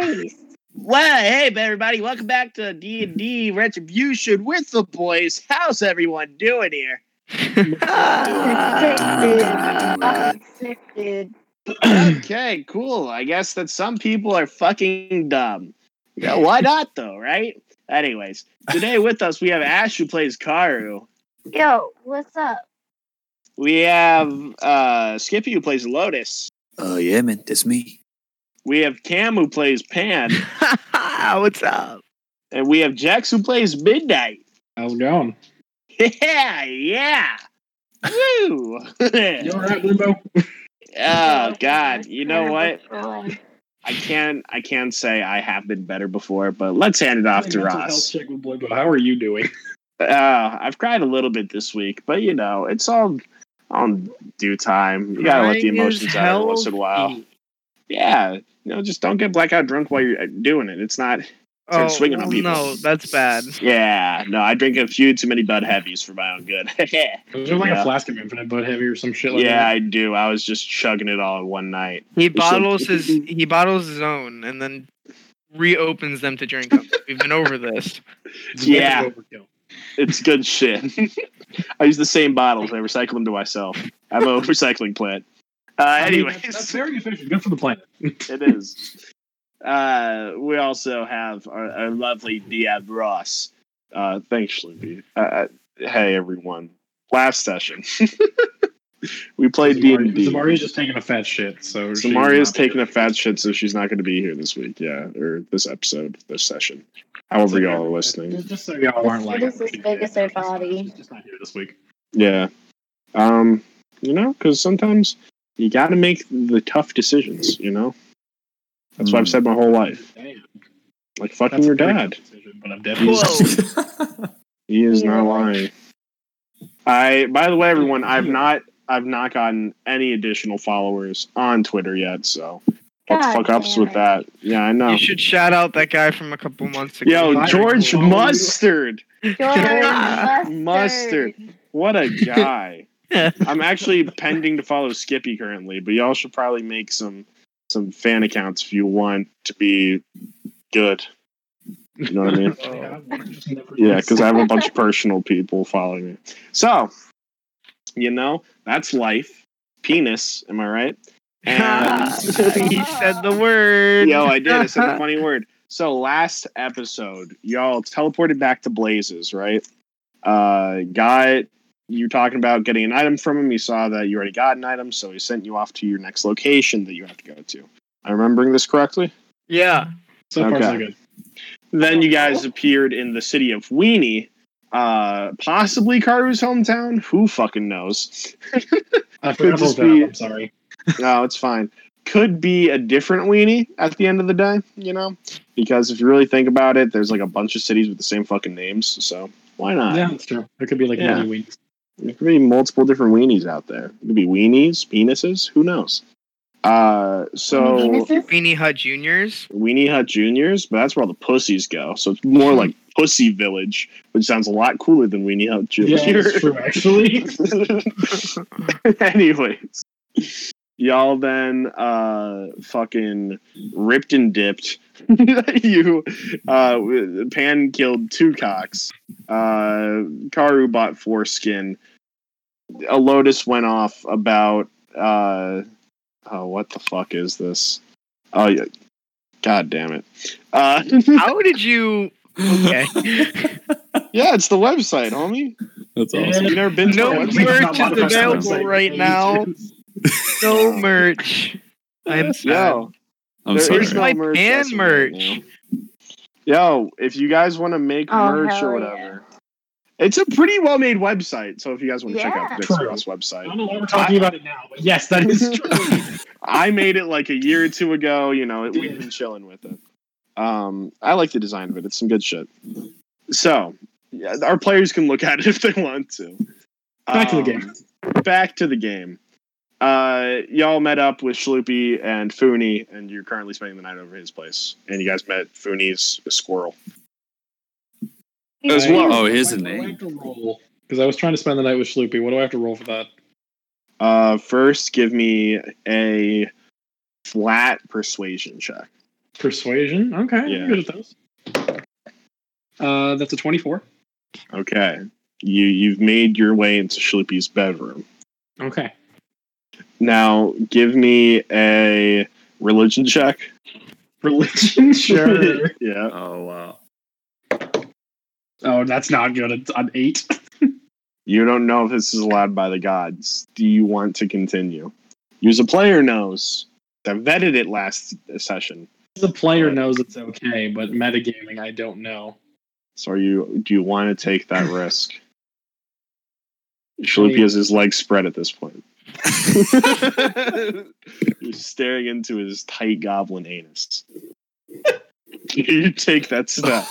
Nice. Well, hey, everybody, welcome back to D and D Retribution with the boys. How's everyone doing here? Uh, Infected. Infected. okay, cool. I guess that some people are fucking dumb. Yeah, why not though, right? Anyways, today with us we have Ash who plays Karu. Yo, what's up? We have uh, Skippy who plays Lotus. Oh yeah, man, that's me. We have Cam who plays Pan, What's up? and we have Jex who plays Midnight. How's it going? Yeah, yeah. Woo! You all right, Limbo? oh God, you know what? I can't I can't say I have been better before, but let's hand it off to Mental Ross. health check with Limbo. How are you doing? Uh, I've cried a little bit this week, but you know, it's all on due time. You gotta let the emotions out once in a while. Yeah, you know, just don't get blackout drunk while you're uh, doing it. It's not. Oh, Start swinging on people. no, that's bad. Yeah, no, I drink a few too many Bud Heavies for my own good. Is there like Yeah. a flask of infinite butt heavy or some shit like yeah, that? I do. I was just chugging it all in one night. He like- bottles his he bottles his own and then reopens them to drink them. We've been over this. It's a bit yeah. of overkill. It's good shit. I use the same bottles. I recycle them to myself. I'm a recycling plant. Uh, I mean, anyways, that's, that's very efficient. Good for the planet. it is. Uh, we also have our, our lovely Diab Ross. Uh, thanks, Libby. Uh, hey, everyone. Last session, we played D and D. Zamaria's just taking a fat shit. So she's Samaria's not- taking a fat shit, so she's not going to be here this week. Yeah, or this episode, this session. However, y'all are listening. Just, just so y'all aren't like. This is as big as their body. She's just not here this week. Yeah. Um, you know, because sometimes you got to make the tough decisions, you know? That's Hmm. what I've said my whole life. Damn, Like, fucking that's your a very dad. good decision, But I'm definitely. He is Yeah. not lying. I, by the way, everyone, I've not. I've not gotten any additional followers on Twitter yet, so what the God fuck ups damn with it. that? Yeah, I know. You should shout out that guy from a couple months ago. Yo, Fire George people. Mustard. George Mustard. Mustard. What a guy. I'm actually pending to follow Skippy currently, but y'all should probably make some some fan accounts if you want to be good. You know what I mean? Yeah, because I have a bunch of personal people following me. So, you know, that's life. Penis, am I right? And he said the word. yo, I did. I said a funny word. So last episode, y'all teleported back to Blazes, right? Uh, got you talking about getting an item from him. You saw that you already got an item, so he sent you off to your next location that you have to go to. Am I remembering this correctly? yeah. So far, so Okay. good. Then you guys appeared in the city of Weenie, uh, possibly Karu's hometown. Who fucking knows? I forgot just about be- that. Uh, I'm sorry. no, it's fine. Could be a different weenie at the end of the day, you know? Because if you really think about it, there's like a bunch of cities with the same fucking names, so why not? Yeah, that's true. It could be like Yeah. many weeks. There could be multiple different weenies out there. It could be weenies, penises, who knows? Uh, so Penises? Weenie Hut Juniors. Weenie Hut Juniors, but that's where all the pussies go. So it's more Hmm. like Pussy Village, which sounds a lot cooler than Weenie Hut Juniors. Yeah, that's true. Actually, Anyways, y'all then uh fucking ripped and dipped. you uh Pan killed two cocks. Uh Karu bought foreskin. A lotus went off about uh oh what the fuck is this? Oh yeah. God damn it. Uh How did you? Okay. yeah, it's the website, homie. That's You've never been to No, the we're website. merch is available right now. No merch. I'm sad. Yo. There I'm is sorry. Where's my no merch band as of right merch? Yo, if you guys want to make Oh, merch hell or whatever, it's a pretty well made website. So if you guys want to check out Yeah. Vince True. Ross' I website, don't know why we're talking about it now, but yes, that is true. I made it like a year or two ago. You know, it, we've Yeah. been chilling with it. Um, I like the design of it. It's some good shit. So yeah, our players can look at it if they want to. Back to the Um, game. Back to the game. Uh, y'all met up with Shloopy and Funi, and you're currently spending the night over at his place. And you guys met Funi's squirrel. As well. Oh, here's the name. Because I was trying to spend the night with Sloopy. What do I have to roll for that? Uh, first, give me a flat persuasion check. Persuasion. Okay, I'm Yeah. good at those. Uh, that's a twenty-four. Okay. You you've made your way into Schloopy's bedroom. Okay. Now give me a religion check. Religion. Sure. yeah. Oh wow. oh, that's not good. It's an eight. You don't know if this is allowed by the gods. Do you want to continue? You as a player knows that vetted it last session. The player knows it's okay, but metagaming, I don't know. So are you do you want to take that risk? Shloopy has his legs spread at this point. He's staring into his tight goblin anus. you take that step.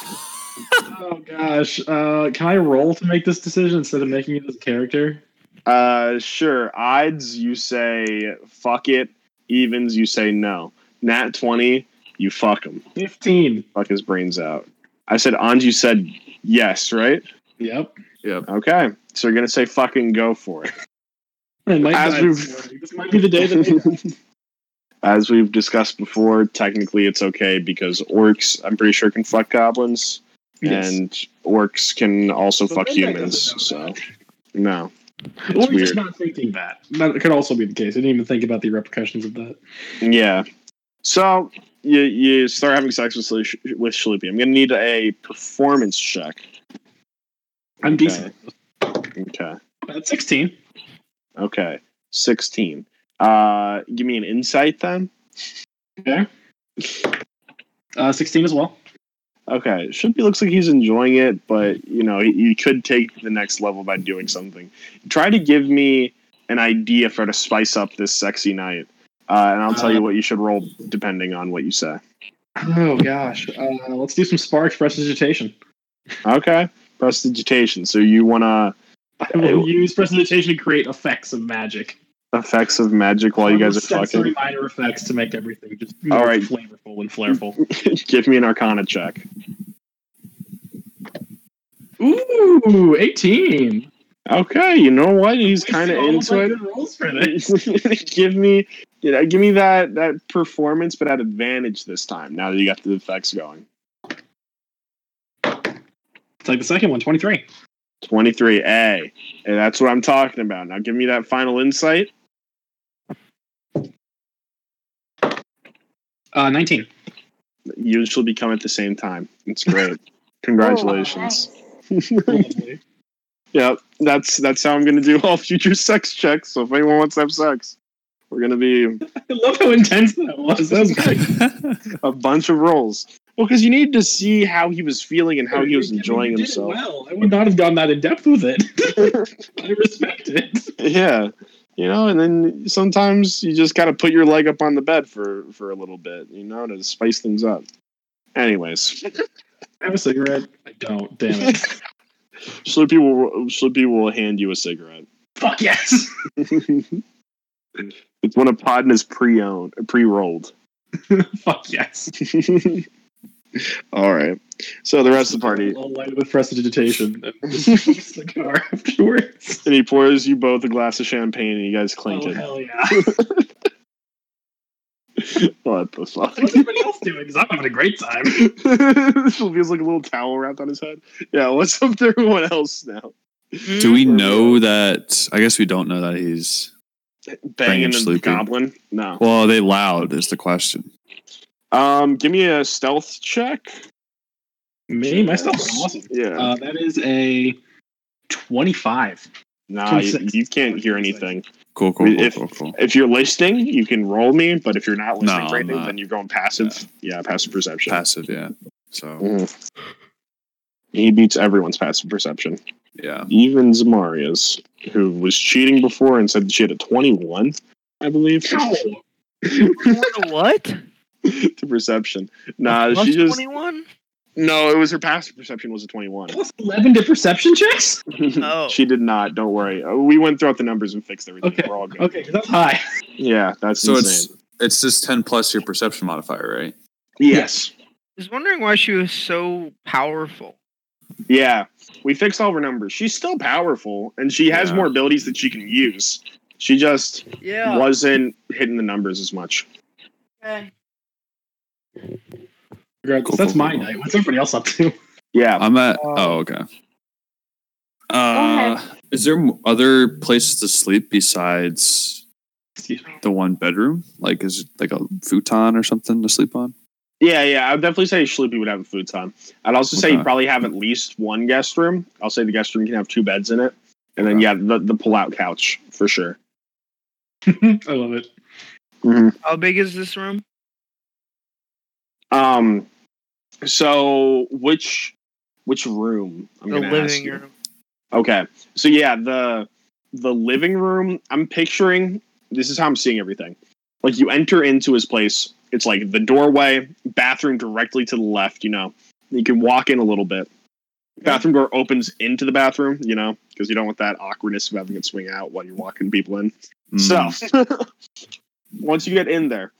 Oh gosh. Uh, can I roll to make this decision instead of making it as a character? Uh, sure. Odds, you say fuck it. Evens, you say no. Nat 20, you fuck him. Fifteen. Fuck his brains out. I said Anj, you said yes, right? Yep. Okay. So you're going to say fucking go for it. I might As die we've- this morning. This might be the day that they die. As we've discussed before, technically it's okay because orcs, I'm pretty sure, can fuck goblins. Yes. And orcs can also But fuck Linda humans. doesn't know So, that. no. Or weird. just not thinking that. That could also be the case. I didn't even think about the repercussions of that. Yeah. So you you start having sex with Sli- with Shloopy. I'm gonna need a performance check. I'm Okay. decent. Okay. At 16. Okay. Sixteen. Uh, give me an insight then. Uh, 16 as well. Okay. Shloopy looks like he's enjoying it, but you know he, he could take the next level by doing something. Try to give me an idea for how to spice up this sexy night, uh, and I'll tell you what you should roll depending on what you say. Oh, gosh. Uh, let's do some sparks prestidigitation. Okay. Prestidigitation. So you wanna I Oh. will use prestidigitation to create effects of magic. effects of magic while you guys are fucking. Sensory minor effects to make everything just more All right. flavorful and flavorful. Give me an Arcana check. Ooh, 18. Okay, you know what? He's Wasted kind of all into my it. good rolls for this. give me, you know, give me that that performance, but at advantage this time. Now that you got the effects going, It's like the second one, 23. twenty three A. And that's what I'm talking about. Now give me that final insight. Uh, 19. You and she'll become at the same time. It's great. Oh, Congratulations. Lovely. Yep, that's that's how I'm gonna do all future sex checks. So if anyone wants to have sex, we're gonna be I love how intense that was. That was great. a bunch of rolls. Well, because you need to see how he was feeling and how he was I mean, enjoying you did it himself. well. I would not have gone that in depth with it. I respect it. yeah you know and then sometimes you just gotta put your leg up on the bed for for a little bit you know to spice things up anyways I have a cigarette. I don't. Damn it. Slippy will Slippy will hand you a cigarette Fuck yes. it's one of Podna's pre-owned pre-rolled Fuck yes. all right so the rest of the party I'll light it with prestidigitation and just fix the car afterwards. and he pours you both a glass of champagne and you guys clink Oh, it hell yeah. what the fuck What's everybody else doing? Because I'm having a great time. Slippy's like a little towel wrapped on his head yeah what's up to everyone else now Mm, Do we know that? I guess we don't know that he's. banging Banging the Sloopy. goblin. No. Well, are they loud is the question. Um, give me a stealth check. Me, myself, I'm awesome. Yeah. Uh, that is a 25. nah, you, 26. you can't hear anything. Cool, cool, cool, If- cool, cool. If you're listening, you can roll me, but if you're not listening, No, for anything, I'm not. then you're going passive. Yeah, passive perception. Passive, yeah. So Mhm. He beats everyone's passive perception, yeah, even Zamaria's, who was cheating before and said she had a 21, I believe, No. what? to perception. Nah, Plus she Uh, just 21? no. It was her passive perception was a 21. Plus 11 to perception checks? Oh. She did not. Don't worry. Uh, We went throughout the numbers and fixed everything. Okay, We're all good. Okay, 'cause that's high. Yeah, that's so it's insane. it's just ten plus your perception modifier, right? Yes. I was wondering why she was so powerful. Yeah. We fixed all her numbers. She's still powerful and she has Yeah. more abilities that she can use. She just Yeah. wasn't hitting the numbers as much. Okay. Congrats. Cool, That's cool, my cool. night. What's everybody else up to? Yeah. I'm at. Oh, okay. Uh, is there m- other places to sleep besides Excuse me. the one bedroom? Like, is it like a futon or something to sleep on? Yeah, yeah. I would definitely say Shloopy would have a food time. I'd also say Okay. you probably have at least one guest room. I'll say the guest room can have two beds in it. And then, Okay. yeah, the, the pull out couch for sure. I love it. How big is this room? Um, so which which room? I'm the gonna ask living you. room. Okay. So yeah, the the living room, I'm picturing this is how I'm seeing everything. Like you enter into his place, it's like the doorway, bathroom directly to the left, you know. You can walk in a little bit. Bathroom door opens into the bathroom, you know, because you don't want that awkwardness of having it swing out while you're walking people in. Mm-hmm. So once you get in there,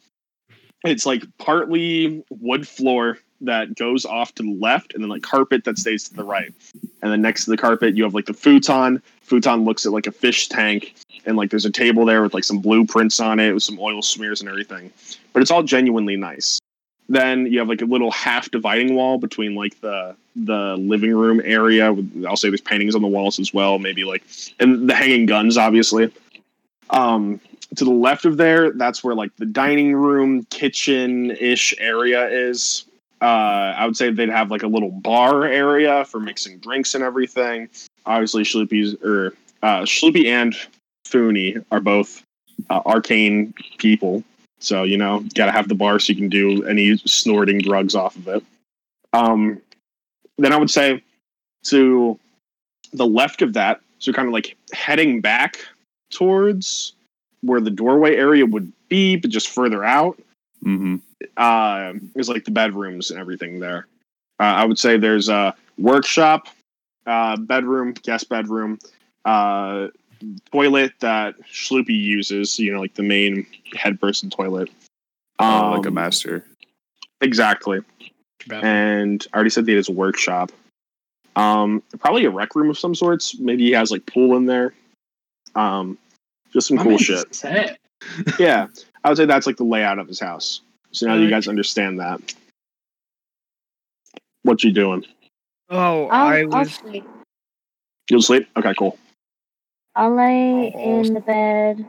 it's like partly wood floor that goes off to the left and then like carpet that stays to the right. And then next to the carpet you have like the futon. Futon looks at like a fish tank and like there's a table there with like some blueprints on it with some oil smears and everything. But it's all genuinely nice. Then you have like a little half dividing wall between like the the living room area. With, I'll say there's paintings on the walls as well, maybe like and the hanging guns, obviously um to the left of there that's where like the dining room kitchen ish area is uh i would say they'd have like a little bar area for mixing drinks and everything obviously shloopy's or uh shloopy and Foony are both uh, arcane people so you know gotta have the bar so you can do any snorting drugs off of it um then i would say to the left of that so kind of like heading back towards where the doorway area would be, but just further out. hmm Uh, is like the bedrooms and everything there. Uh, I would say there's a workshop, uh, bedroom, guest bedroom, uh, toilet that Shloopy uses. You know, like the main head person toilet. Oh, like a Um, master. Exactly. and I already said that he has a workshop. Um, probably a rec room of some sorts. Maybe he has like pool in there. Um, just some My cool man's shit. set. yeah, I would say that's like the layout of his house. So now you guys understand that. What you doing? Oh, Um, I'll, I I'll was. sleep. You'll sleep? Okay, cool. I'll lay I'll- in the bed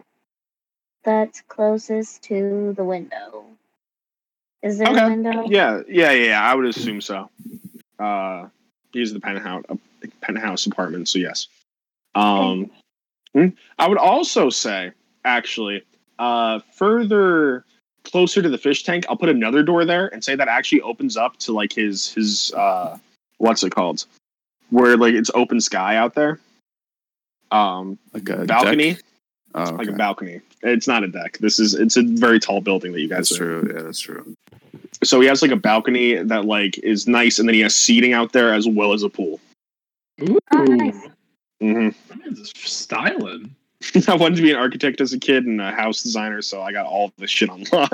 that's closest to the window. Is there Okay. a window? Yeah, yeah, yeah. yeah, I would assume so. Uh, he's the penthouse uh, penthouse apartment. So yes. Um, mm, I would also say actually, uh, further closer to the fish tank, I'll put another door there and say that actually opens up to like his his uh, what's it called? Where like it's open sky out there. Um, Like a balcony. deck? Oh, like a okay. balcony. It's not a deck. This is it's a very tall building that you guys That's are. in. true. Yeah, that's true. So he has like a balcony that like is nice, and then he has seating out there as well as a pool. Ooh. Oh, nice. hmm My man's is styling. I wanted to be an architect as a kid and a house designer, so I got all of this shit on lock.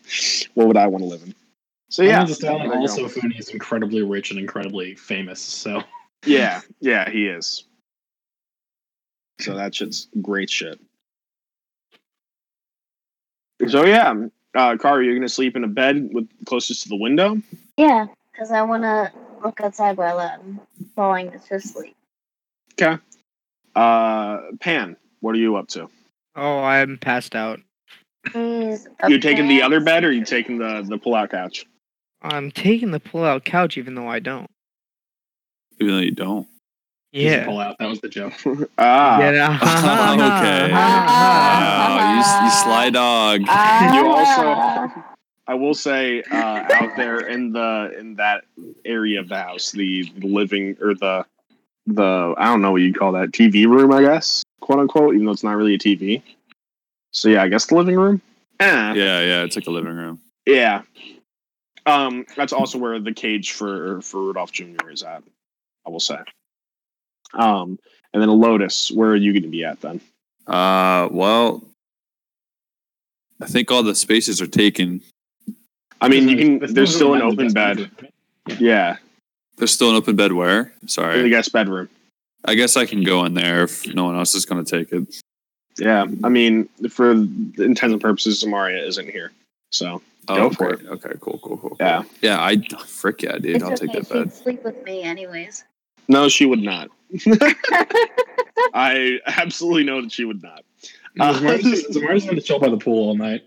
what would I want to live in? So My yeah, man's is styling. there you go. Also, Fooney is incredibly rich and incredibly famous. So yeah, yeah, he is. So that shit's great shit. So yeah, uh, Kari, you're gonna sleep in a bed with closest to the window. Yeah, because I want to look outside while I'm falling to sleep. Uh, Pan, what are you up to? Oh, I'm passed out. Please, You're taking the okay. other bed, or you taking the the pull out couch? I'm taking the pull-out couch, even though I don't. Even though you don't. he's a Yeah. Pull out. That was the joke. Ah, Okay. Wow, you, s- you sly dog. Ah. You also- I will say uh, out there in the in that area of the house, the living or the the I don't know what you would call that TV room, I guess, quote unquote, even though it's not really a TV. So yeah, I guess the living room. Eh, Yeah, yeah. It's like a living room. yeah. Um, that's also where the cage for for Rudolph Jr. is at. I will say. Um, and then a Lotus. Where are you going to be at then? Uh, well, I think all the spaces are taken. I mean, you can. That's There's still an really open the best bed. bedroom. Yeah, There's still an open bed where? in the Sorry. guest bedroom. I guess I can go in there if no one else is going to take it. Yeah, I mean, for the intents and purposes, Samaria isn't here, so Go okay. for Oh, Okay, cool, cool, cool. Yeah. Yeah, I frick yeah, dude. it's I'll okay. take that She'd bed. sleep with me anyways. No, she would not. I absolutely know that she would not. Uh, Zamar's just, Zamar's going to chill by the pool all night.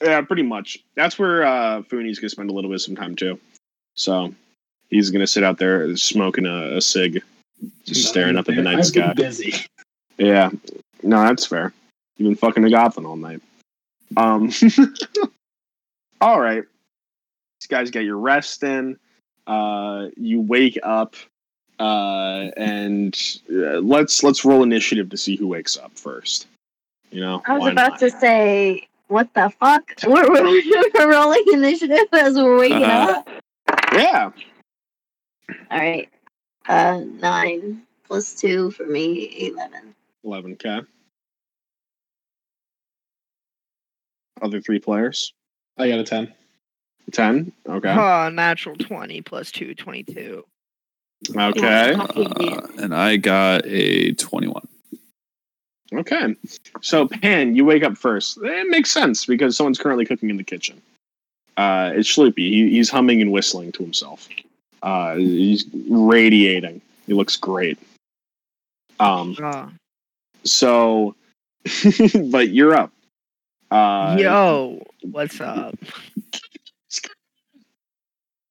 Yeah, pretty much. That's where uh, Funi's gonna spend a little bit of some time too. So he's gonna sit out there smoking a, a cig, just staring up at the night I've sky. Been busy. Yeah, no, that's fair. You've been fucking a goblin all night. Um, all right, these guys get your rest in. Uh, you wake up, uh, and uh, let's let's roll initiative to see who wakes up first. You know, I was why about not? to say, what the fuck? We're, we're rolling initiative as we're waking Uh-huh. up. Yeah, All right. Uh, nine plus two for me, 11. eleven. Okay. Other three players, I got a 10. ten. Okay. Oh, natural 20 plus 2, 22. Okay. Uh, and I got a 21. Okay. So, Pan, you wake up first. It makes sense because someone's currently cooking in the kitchen. Uh, it's Schloopy. He, he's humming and whistling to himself. Uh, he's radiating. He looks great. Um, Uh, so, but you're up. Uh, yo, what's up?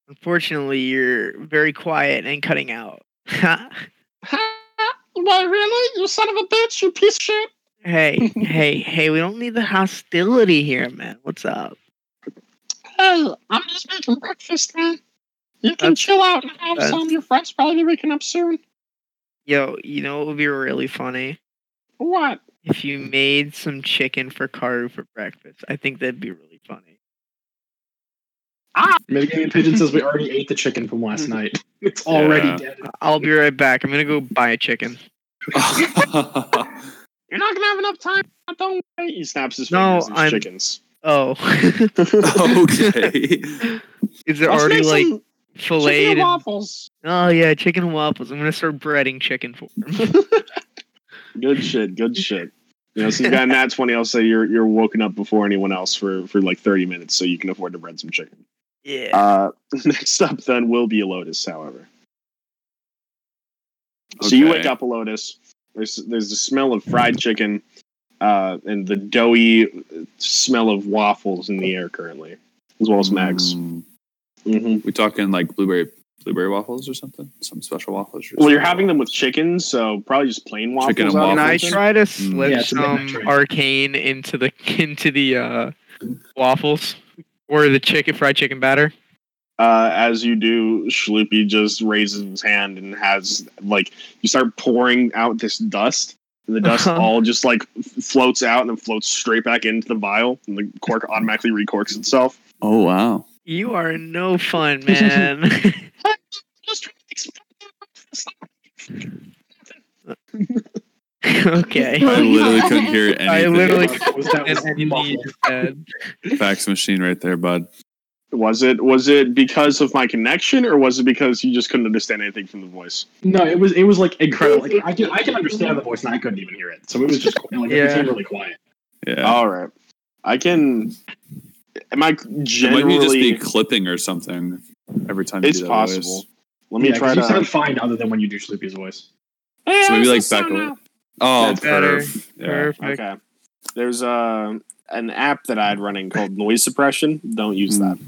Unfortunately, you're very quiet and cutting out. Why, really? You son of a bitch, you piece of shit. hey, hey, hey, we don't need the hostility here, man. What's up? Hey, I'm just making breakfast, man. You can That's- chill out and have that's- some. Your friends probably be waking up soon. Yo, you know what would be really funny? What? If you made some chicken for Karu for breakfast, I think that'd be really funny. Mitigating Pigeon says we already ate the chicken from last Mm-hmm. night. It's already dead. I'll be right back. I'm gonna go buy a chicken. You're not gonna have enough time. Don't wait. He snaps his No, fingers. No, I'm- chickens. Oh, Oh. okay. is it Let's already make like some filleted? chicken and- waffles. Oh yeah, chicken and waffles. I'm gonna start breading chicken for him. Good shit. Good shit. You know, so you got an at twenty. I'll say you're you're woken up before anyone else for for like thirty minutes, so you can afford to bread some chicken. yeah. Uh, next up then will be Elotus, however. So you Okay. wake up, Elotus. There's there's the smell of fried chicken, uh, and the doughy smell of waffles in the air currently, as well as Max. Mm, hmm we talking like blueberry blueberry waffles or something? Some special waffles? or Well, you're something? having them with chicken, so probably just plain waffles. Chicken and out Can I waffles? try to slip Mm, Yeah, it's a midnight some train. arcane into the into the uh, waffles or the chicken fried chicken batter? Uh, as you do, Schloopy just raises his hand and has like you start pouring out this dust. And the dust Uh-huh. all just like f- floats out and then floats straight back into the vial, and the cork automatically recorks itself. Oh wow. You are no fun, man. okay. I literally couldn't hear anything. I literally That was- that was and you muffled. need to- fax machine right there, bud. Was it was it because of my connection, or was it because you just couldn't understand anything from the voice? No, it was it was like incredible. Like, I can I can understand the voice and I couldn't even hear it. So it was just like, it Yeah. became really quiet. Yeah. All right, I can. Am I It might generally? be just be clipping or something every time you it's do that possible. voice. Let me Yeah, 'cause try you to. sound fine other than when you do Sleepy's voice. So maybe like back away. Oh, That's better. perf. Yeah. Perfect. Okay. There's uh, an app that I had running called Noise Suppression. Don't use that.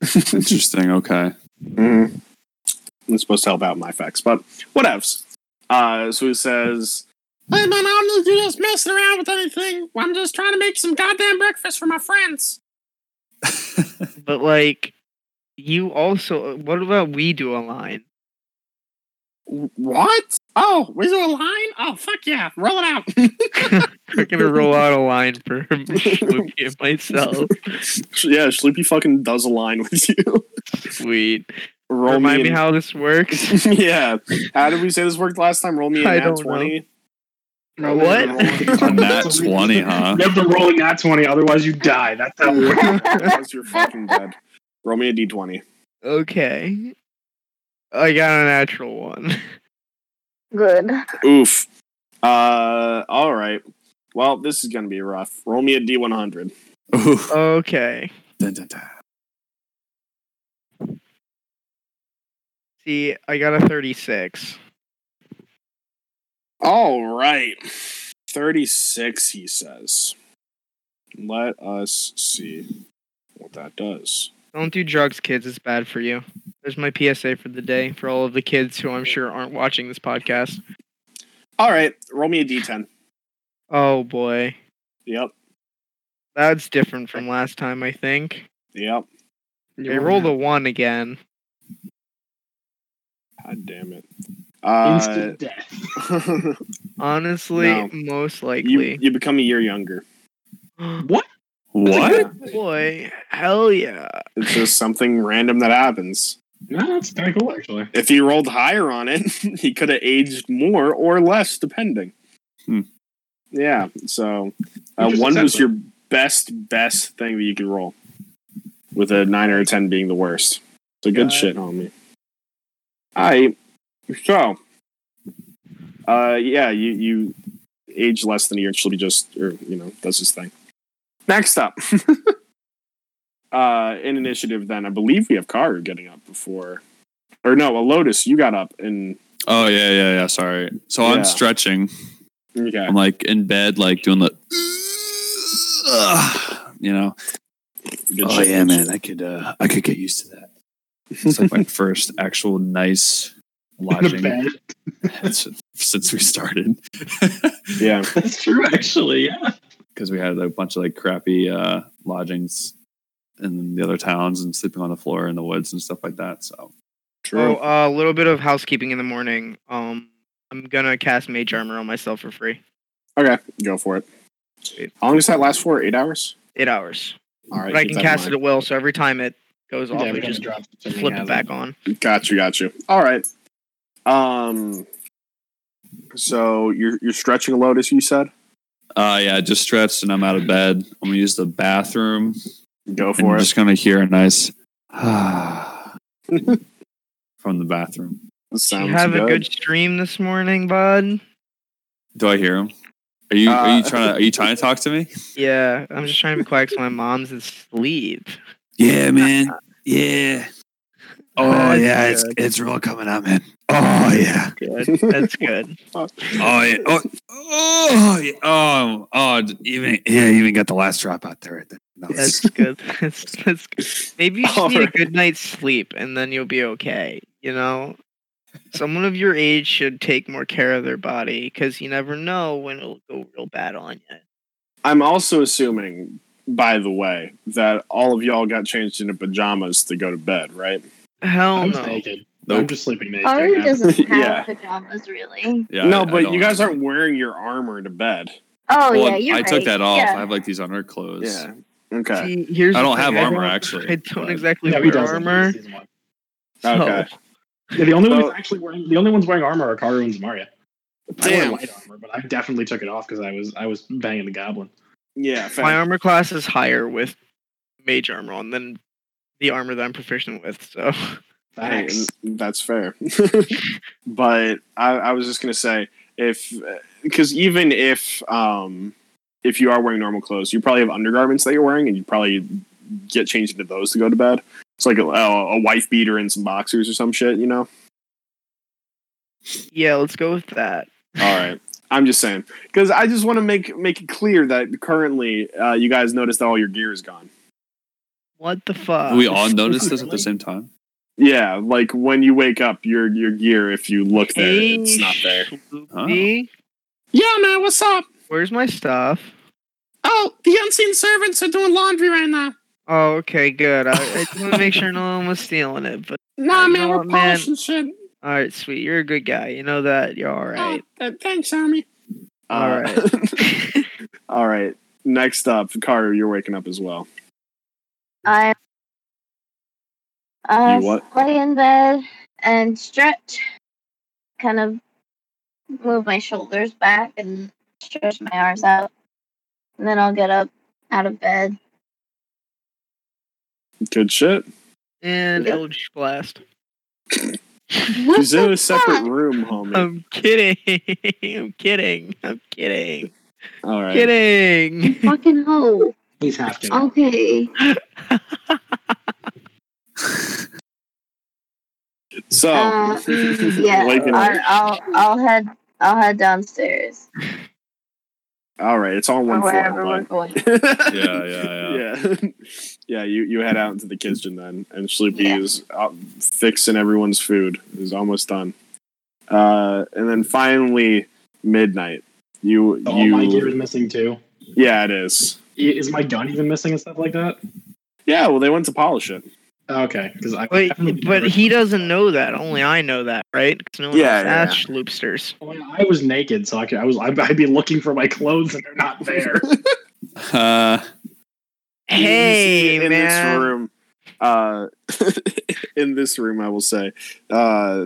Interesting. Okay. Mm-hmm. It's supposed to help out my facts, but whatevs. Uh, so he says, Hey man, I don't need you just messing around with anything. I'm just trying to make some goddamn breakfast for my friends. But like, you also. What about we do a line? What? Oh, we do a line? Oh, fuck yeah. Roll it out. We're gonna roll out a line for Smokey and myself. "Yeah, Sleepy fucking does align with you." Sweet. Roll Remind me. me an- how this works. yeah. How did we say this worked last time? Roll me I an at don't know. twenty. What? A nat 20, huh? You have to roll a nat 20, otherwise you die. That's how it works. Because you're fucking dead. Roll me a d twenty. Okay. I got a natural one. Good. Oof. Uh, all right. Well, this is gonna be rough. Roll me a d one hundred. Ooh. Okay. Dun, dun, dun. See, I got a 36. All right. 36, he says. Let us see what that does. Don't do drugs, kids. It's bad for you. There's my PSA for the day for all of the kids who I'm sure aren't watching this podcast. All right. Roll me a d10. Oh boy. Yep. That's different from last time, I think. Yep. I rolled a 1 again. God damn it. Uh, Instant death. Honestly, No. most you, likely. you become a year younger. What? What? boy, hell yeah. It's just something random that happens. No, that's kind of cool actually. If he rolled higher on it, he could have aged more or less, depending. Hmm. Yeah. So uh, Interesting one was sensor. your best, best thing that you could roll, with a nine or a ten being the worst. So good Got it. shit, homie. All right. So, uh, yeah, you you age less than a year, and she'll be just, or you know, does his thing. Next up, uh, in initiative. Then I believe we have Karu getting up before, or no, a Lotus. You got up and Oh yeah, yeah, yeah. Sorry. So Yeah. I'm stretching. okay. I'm like in bed, like doing the. you know. Good oh shit. yeah, man. I could, uh, I could get used to that. It's like my first actual nice In a lodging bed. since since we started, Yeah. That's true actually. Yeah. because we had a bunch of like crappy uh, lodgings in the other towns and sleeping on the floor in the woods and stuff like that. So True. Oh, uh, a little bit of housekeeping in the morning. Um, I'm gonna cast Mage Armor on myself for free. Okay, go for it. Sweet. How long does that last for? Eight hours. Eight hours. All right. But I can cast it at will, so every time it goes off, Yeah, I we just dropped something flip it hazard. back on. it. Got you. Got you. All right. Um. So you're you're stretching a lotus. You said. uh, yeah, I just stretched and I'm out of bed. I'm gonna use the bathroom. Go And for I'm it. just gonna hear a nice from the bathroom. You Sounds have good. a good stream this morning, bud. Do I hear him? Are you are you Uh, trying to are you trying to talk to me? Yeah, I'm just trying to be quiet because my mom's asleep. Yeah, man. Yeah. Oh, That's good. it's real coming out, man. Oh yeah. Good. That's good. Oh yeah. Oh oh yeah. oh, oh d- even yeah, even got the last drop out there right there. That was- That's good. That's, that's good. Maybe you just need Alright. a good night's sleep, and then you'll be okay. You know, someone of your age should take more care of their body because you never know when it'll go real bad on you. I'm also assuming, by the way, that all of y'all got changed into pajamas to go to bed, right? Hell I'm Oh, no. naked. Nope. I'm just sleeping naked. Karu now. doesn't have Yeah. pajamas, really. yeah, I- no, I but don't- you guys aren't wearing your armor to bed. Oh Well, yeah, you're I right. took that off. Yeah. I have like these underclothes. Okay. See, here's I the don't thing, have armor, don't- actually, I don't but- exactly Yeah, wear he does. armor. so- Okay. Yeah, the only So- one who's actually wearing the only ones wearing armor are Karu and Zamaria. I Damn. wear light armor, but I definitely took it off because I was I was banging the goblin. Yeah. fair. My armor class is higher with mage armor on than the armor that I'm proficient with. So Hey, Thanks. and that's fair. but I, I was just gonna say if because even if um if you are wearing normal clothes, you probably have undergarments that you're wearing, and you probably get changed into those to go to bed. It's like a, a, a wife beater and some boxers or some shit, you know. yeah, let's go with that. All right. I'm just saying because I just want to make make it clear that currently uh, you guys noticed that all your gear is gone. What the fuck? we all noticed this at the same time. Yeah, like when you wake up, your your gear if you look there, Hey, it's not there. Sloopy, Yeah, man, what's up? Where's my stuff? Oh, the unseen servants are doing laundry right now. Oh, okay, good. I, I just want to make sure no one was stealing it. But Nah, You man, know we're what, man? polishing shit. all right, sweet, you're a good guy. You know that. You're all right. Oh, uh, thanks, homie. All Uh, right. All right. Next up, Karu, you're waking up as well. I uh, You what? lay in bed and stretch, kind of move my shoulders back and stretch my arms out, and then I'll get up out of bed. Good shit. and Yeah. Eldritch Blast. She's in a separate fuck? room, Um, homie. I'm kidding. I'm kidding. I'm kidding. All right. Kidding. Fucking hoe! He's half Um, dead. Okay. So Uh, yeah. Oh. Like an- I, I'll I'll head I'll head downstairs all right, it's on or oh, one wherever we're floor. going. bud. Yeah, yeah, yeah. yeah, yeah. You you head out into the kitchen then, and Sleepy Yeah. is out fixing everyone's food. Is almost done, uh, and then finally midnight. You All Oh my gear you is missing too. yeah, it is. I- Is my gun even missing and stuff like that? Yeah, well, they went to polish it. Okay, because I. Wait, I remember- but he doesn't know that. Only I know that, right? 'Cause no one Yeah, else yeah, asked Schloopsters. Oh, yeah, I was naked, so I, could, I was. I'd, I'd be looking for my clothes, and they're not there. Uh, You see Hey, in this man. room, uh, in this room, I will say, uh,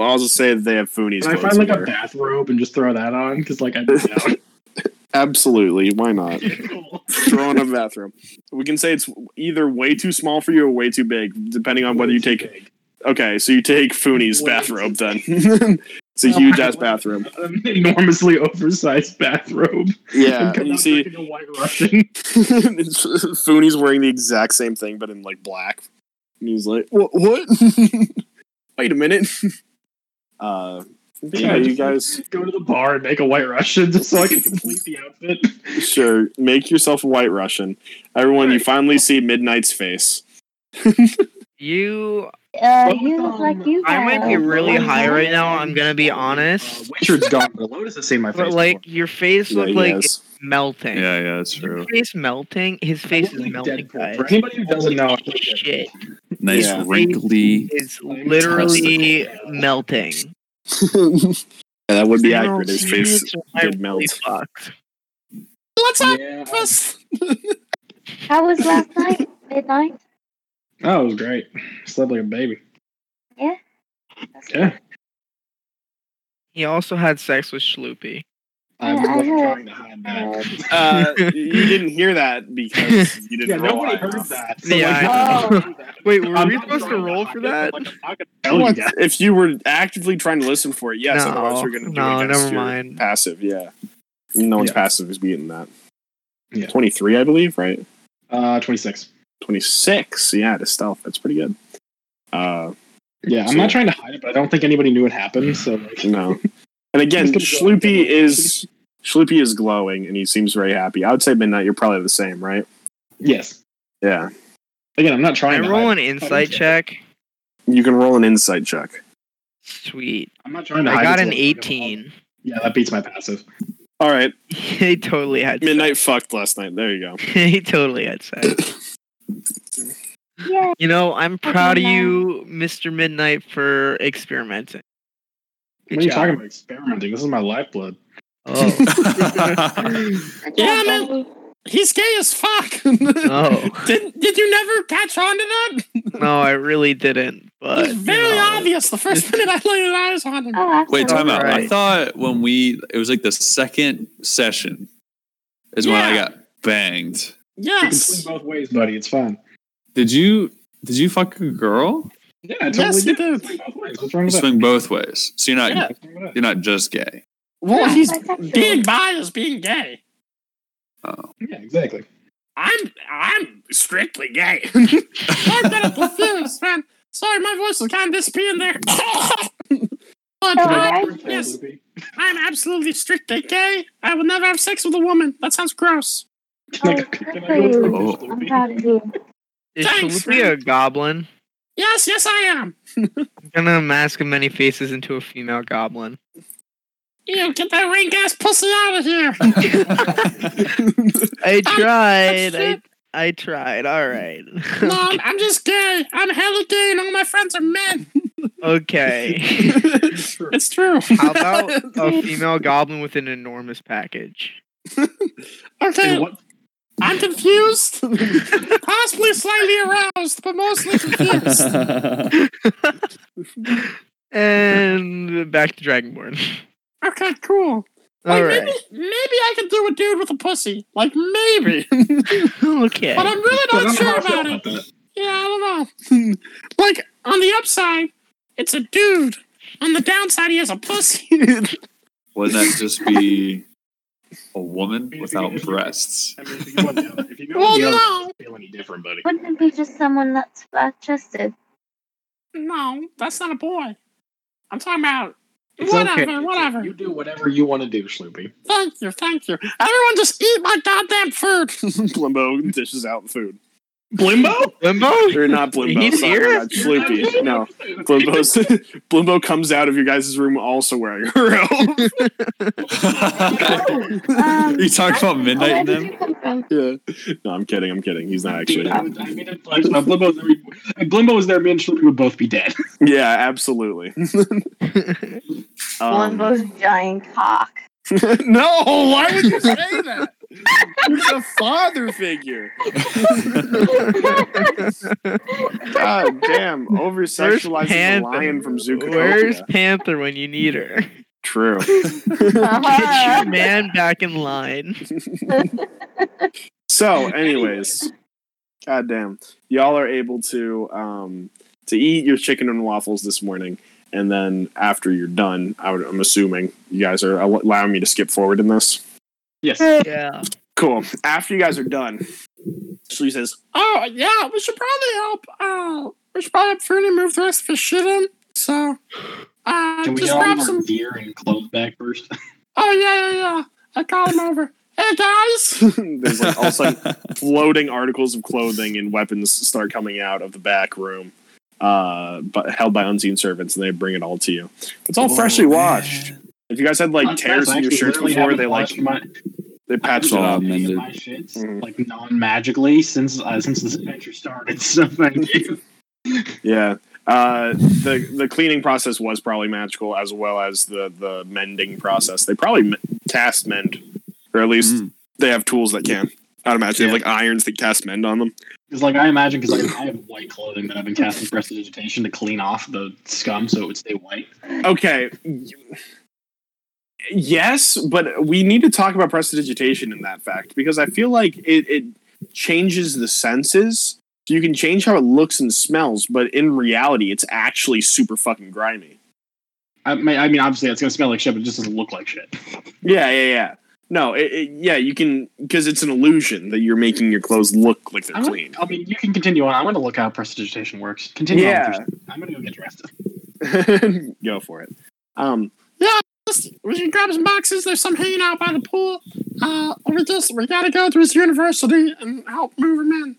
I'll just say that they have Foonies. Can I clothes find like in there. a bathrobe and just throw that on? Because like I missed out. Absolutely, why not? Cool. Throw in a bathroom. We can say it's either way too small for you or way too big, depending on whether you take Okay, so you take Fooney's Wait. bathrobe then. it's a Oh, huge I ass love bathrobe. an enormously oversized bathrobe. Yeah, and Come you out see looking a white Russian. Fooney's wearing the exact same thing but in like black. And he's like, "What? What? Wait a minute." Uh, but yeah, you guys go to the bar and make a white Russian just so I can complete the outfit. sure make yourself a White Russian. Everyone, you finally see Midnight's face. You, Uh, Well, you look like you. I might be have really one high on. right now. I'm gonna be honest, Uh, Witcher's gone, but Lotus has seen my face. but like your face Yeah, looked he like has- melting. yeah, yeah, that's Your true. face melting. His face is look like melting. Deadpool. Guys. For anybody who doesn't know, I Holy look like Deadpool. shit Nice Yeah. wrinkly. is I'm literally testing. melting. yeah, that would be General accurate. His face Sanders, I'm did melt. really fucked. Let's have Yeah. breakfast. How was last night? Midnight. Oh, it was great. Slept like a baby. Yeah. He also had sex with Schloopy. I was Yeah, I like, heard- trying to hide that. Uh, you didn't hear that because you didn't. Yeah, roll nobody high heard enough. that. Yeah, like, I nobody know. heard that. Wait, were I'm we not supposed to trying roll hide for it, that? but, like, I'm not gonna tell you What? guys. If you were actively trying to listen for it, yes. No. Otherwise, you're going to do No, it against never your mind. passive. Yeah, no one's Yeah. passive is beating that. Yeah. Twenty three, I believe. Right, Uh, 26. twenty six. Yeah, to stealth. That's pretty good. Uh, Yeah, I'm not trying to hide it, but I don't think anybody knew it happened. So, like, no. And again, Just gonna go Schloopy like that. is Schloopy is glowing, and he seems very happy. I would say midnight. You're probably the same, right? yes. Yeah. Again, I'm not Can trying I to roll hide it. an insight check? You can roll an insight check. Sweet. I'm not trying to hide I it got till an it's like a- 18. Yeah, that beats my passive. All right, he totally had sex. midnight fucked last night. There you go. he totally had sex. Yay. You know, I'm Okay, proud of now. you, Mr. Midnight, for experimenting. Good what are you job. talking about? Experimenting. This is my lifeblood. Oh, Yeah, man. Oh, He's gay as fuck. no. Did, did you never catch on to that? Oh, No, I really didn't. But Uh, It's very you know, obvious the first minute I laid eyes on him. Oh, absolutely. Wait, time out. I Alright. thought when we it was like the second session is when I Yeah. got banged. You can swing Yes. both ways, buddy. It's fine. Did you did you fuck a girl? Yeah, I totally Yes, you did. did. Swing both ways. What's wrong You with swing both ways. So you're not Yeah. that? What's wrong with that? you're not just gay. Oh, Well, Yeah, he's that's actually- being bi is being gay. Oh. Yeah, exactly. I'm I'm strictly gay. I'm gonna confused, man. Sorry, my voice is kind of disappearing there. but All I, right. yes, I'm absolutely strictly gay. I will never have sex with a woman. That sounds gross. Oh, Like, good can I for go you. I'm through this, Luffy? proud of you. Is Thanks, Chalupa a goblin? Yes, yes, I am. I'm gonna mask many faces into a female goblin. You get that rank ass pussy out of here. I tried. I, shit. I tried. All right. no, I'm, I'm just gay. I'm hella gay, and all my friends are men. okay. It's true. How about a female goblin with an enormous package? And Okay, what- I'm confused, possibly slightly aroused, but mostly confused. And back to Dragonborn. Okay, All cool. Like, right. maybe, maybe I could do a dude with a pussy. Like, maybe. Okay. But I'm really But not I'm sure not sure about about it. that. Yeah, I don't know. like, on the upside, it's a dude. On the downside, he has a pussy. Wouldn't that just be a woman without breasts. I mean, if you go on the other, if you go Well, on the other, no. it doesn't feel any different, buddy. Wouldn't it be just someone that's flat chested? No, that's not a boy. I'm talking about It's whatever, okay. whatever. You do whatever you want to do, Sloopy. Thank you, thank you. Everyone just eat my goddamn food. Blimbo dishes out food. Blimbo? Limbo? or not Blimbo. He's sorry, here? not Sloopy. No, Blimbo's, Blimbo comes out of your guys' room also wearing a robe. Um, you talking about midnight where did in them? you come from? yeah. No, I'm kidding. I'm kidding. He's not Dude, actually. I, would- I mean, if, I, if Blimbo was there, we- if Blimbo was there, me and Sloopy would both be dead. Yeah, absolutely. Um, Blimbo's giant cock. no, why would you say that? It's a father figure. God damn, over Where's sexualizing the Panther? lion from Zootopia. Where's Panther when you need her? True. Get your Uh-huh. man back in line. So, anyways, god damn, y'all are able to um to eat your chicken and waffles this morning, and then after you're done, I would, I'm assuming you guys are al- allowing me to skip forward in this. Yes. Yeah. Cool. After you guys are done, she says, oh yeah, we should probably help. Uh, we should probably help Fruity move the rest of his shit in. So, uh, Can we just get all grab of our some. gear and clothes back first? Oh yeah, yeah, yeah. I call him over. Hey guys. "There's like all of a sudden floating articles of clothing and weapons start coming out of the back room, uh, but held by unseen servants, and they bring it all to you. It's all freshly washed. If you guys had like That's tears nice. I in your actually shirts literally before, haven't they like washed my, they patched it Um, up. Any of amended. my shits, Mhm. like non-magically since uh, since this adventure started. So thank you. Yeah. Uh, the the cleaning process was probably magical as well as the the mending process. They probably m- cast mend, or at least Mm. they have tools that can. I'd imagine they have Yeah. like irons that cast mend on them. Because like I imagine, because like, I have white clothing that I've been casting prestidigitation to clean off the scum so it would stay white. Okay. Yes, but we need to talk about prestidigitation in that fact because I feel like it, it changes the senses. So you can change how it looks and smells, but in reality, it's actually super fucking grimy. I mean, I mean, obviously it's gonna smell like shit, but it just doesn't look like shit. Yeah, yeah, yeah. No, it, it, yeah, you can because it's an illusion that you're making your clothes look like they're I'm gonna- clean. I mean, you can continue on. I want to look how prestidigitation works. Continue. on Yeah. with your- I'm gonna go get dressed. Go for it. Um, Just- we should grab some boxes. There's some hanging out by the pool. Uh, we just we gotta go to his university and help move him in.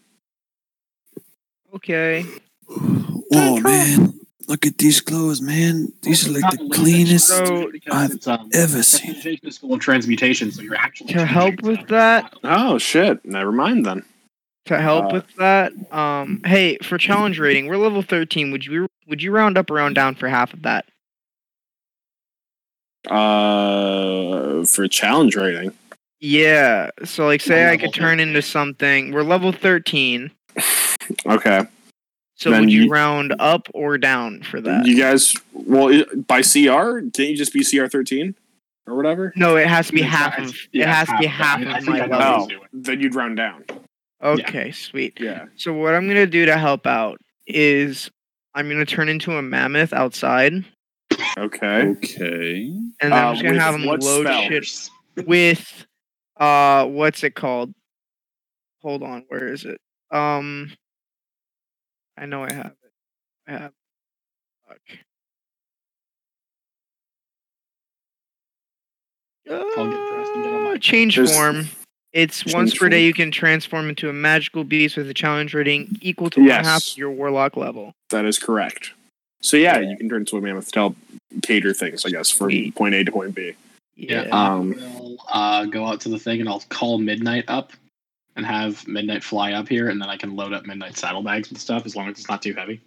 Okay. Whoa, man. Look at these clothes, man. These are like the cleanest So, Because it's, um, ever seen. prestidigitation is school of transmutation, so you're actually To help changing with stuff. that, oh shit! Never mind then. to help Uh, with that, um, hey, for challenge rating, we're level thirteen. Would you would you round up or round down for half of that? Uh, for challenge rating, Yeah. So like say We're I level could turn into something we're level thirteen. okay. So Then would you, you- round up or down for that? You guys, well, it, by CR, didn't you just be CR thirteen or whatever? no, it has to be Yeah, half of it has to be half I, I of think I my know what he's Oh, doing. then you'd round down. Okay, sweet. Yeah. So what I'm gonna do to help out is I'm gonna turn into a mammoth outside, and Okay. okay. then Uh, I'm just gonna with have him what load spell? shit with uh what's it called? Hold on, where is it? Um, I know I have it. I have. Fuck. I'll get dressed and get on Uh, my- change There's- form. It's Change once per day form. you can transform into a magical beast with a challenge rating equal to one half Yes. your warlock level. That is correct. So yeah, you can turn into a mammoth to help cater things, I guess, from Sweet. point A to point B. Yeah. Yeah. Um, I'll uh, go out to the thing and I'll call Midnight up and have Midnight fly up here, and then I can load up Midnight saddlebags and stuff as long as it's not too heavy.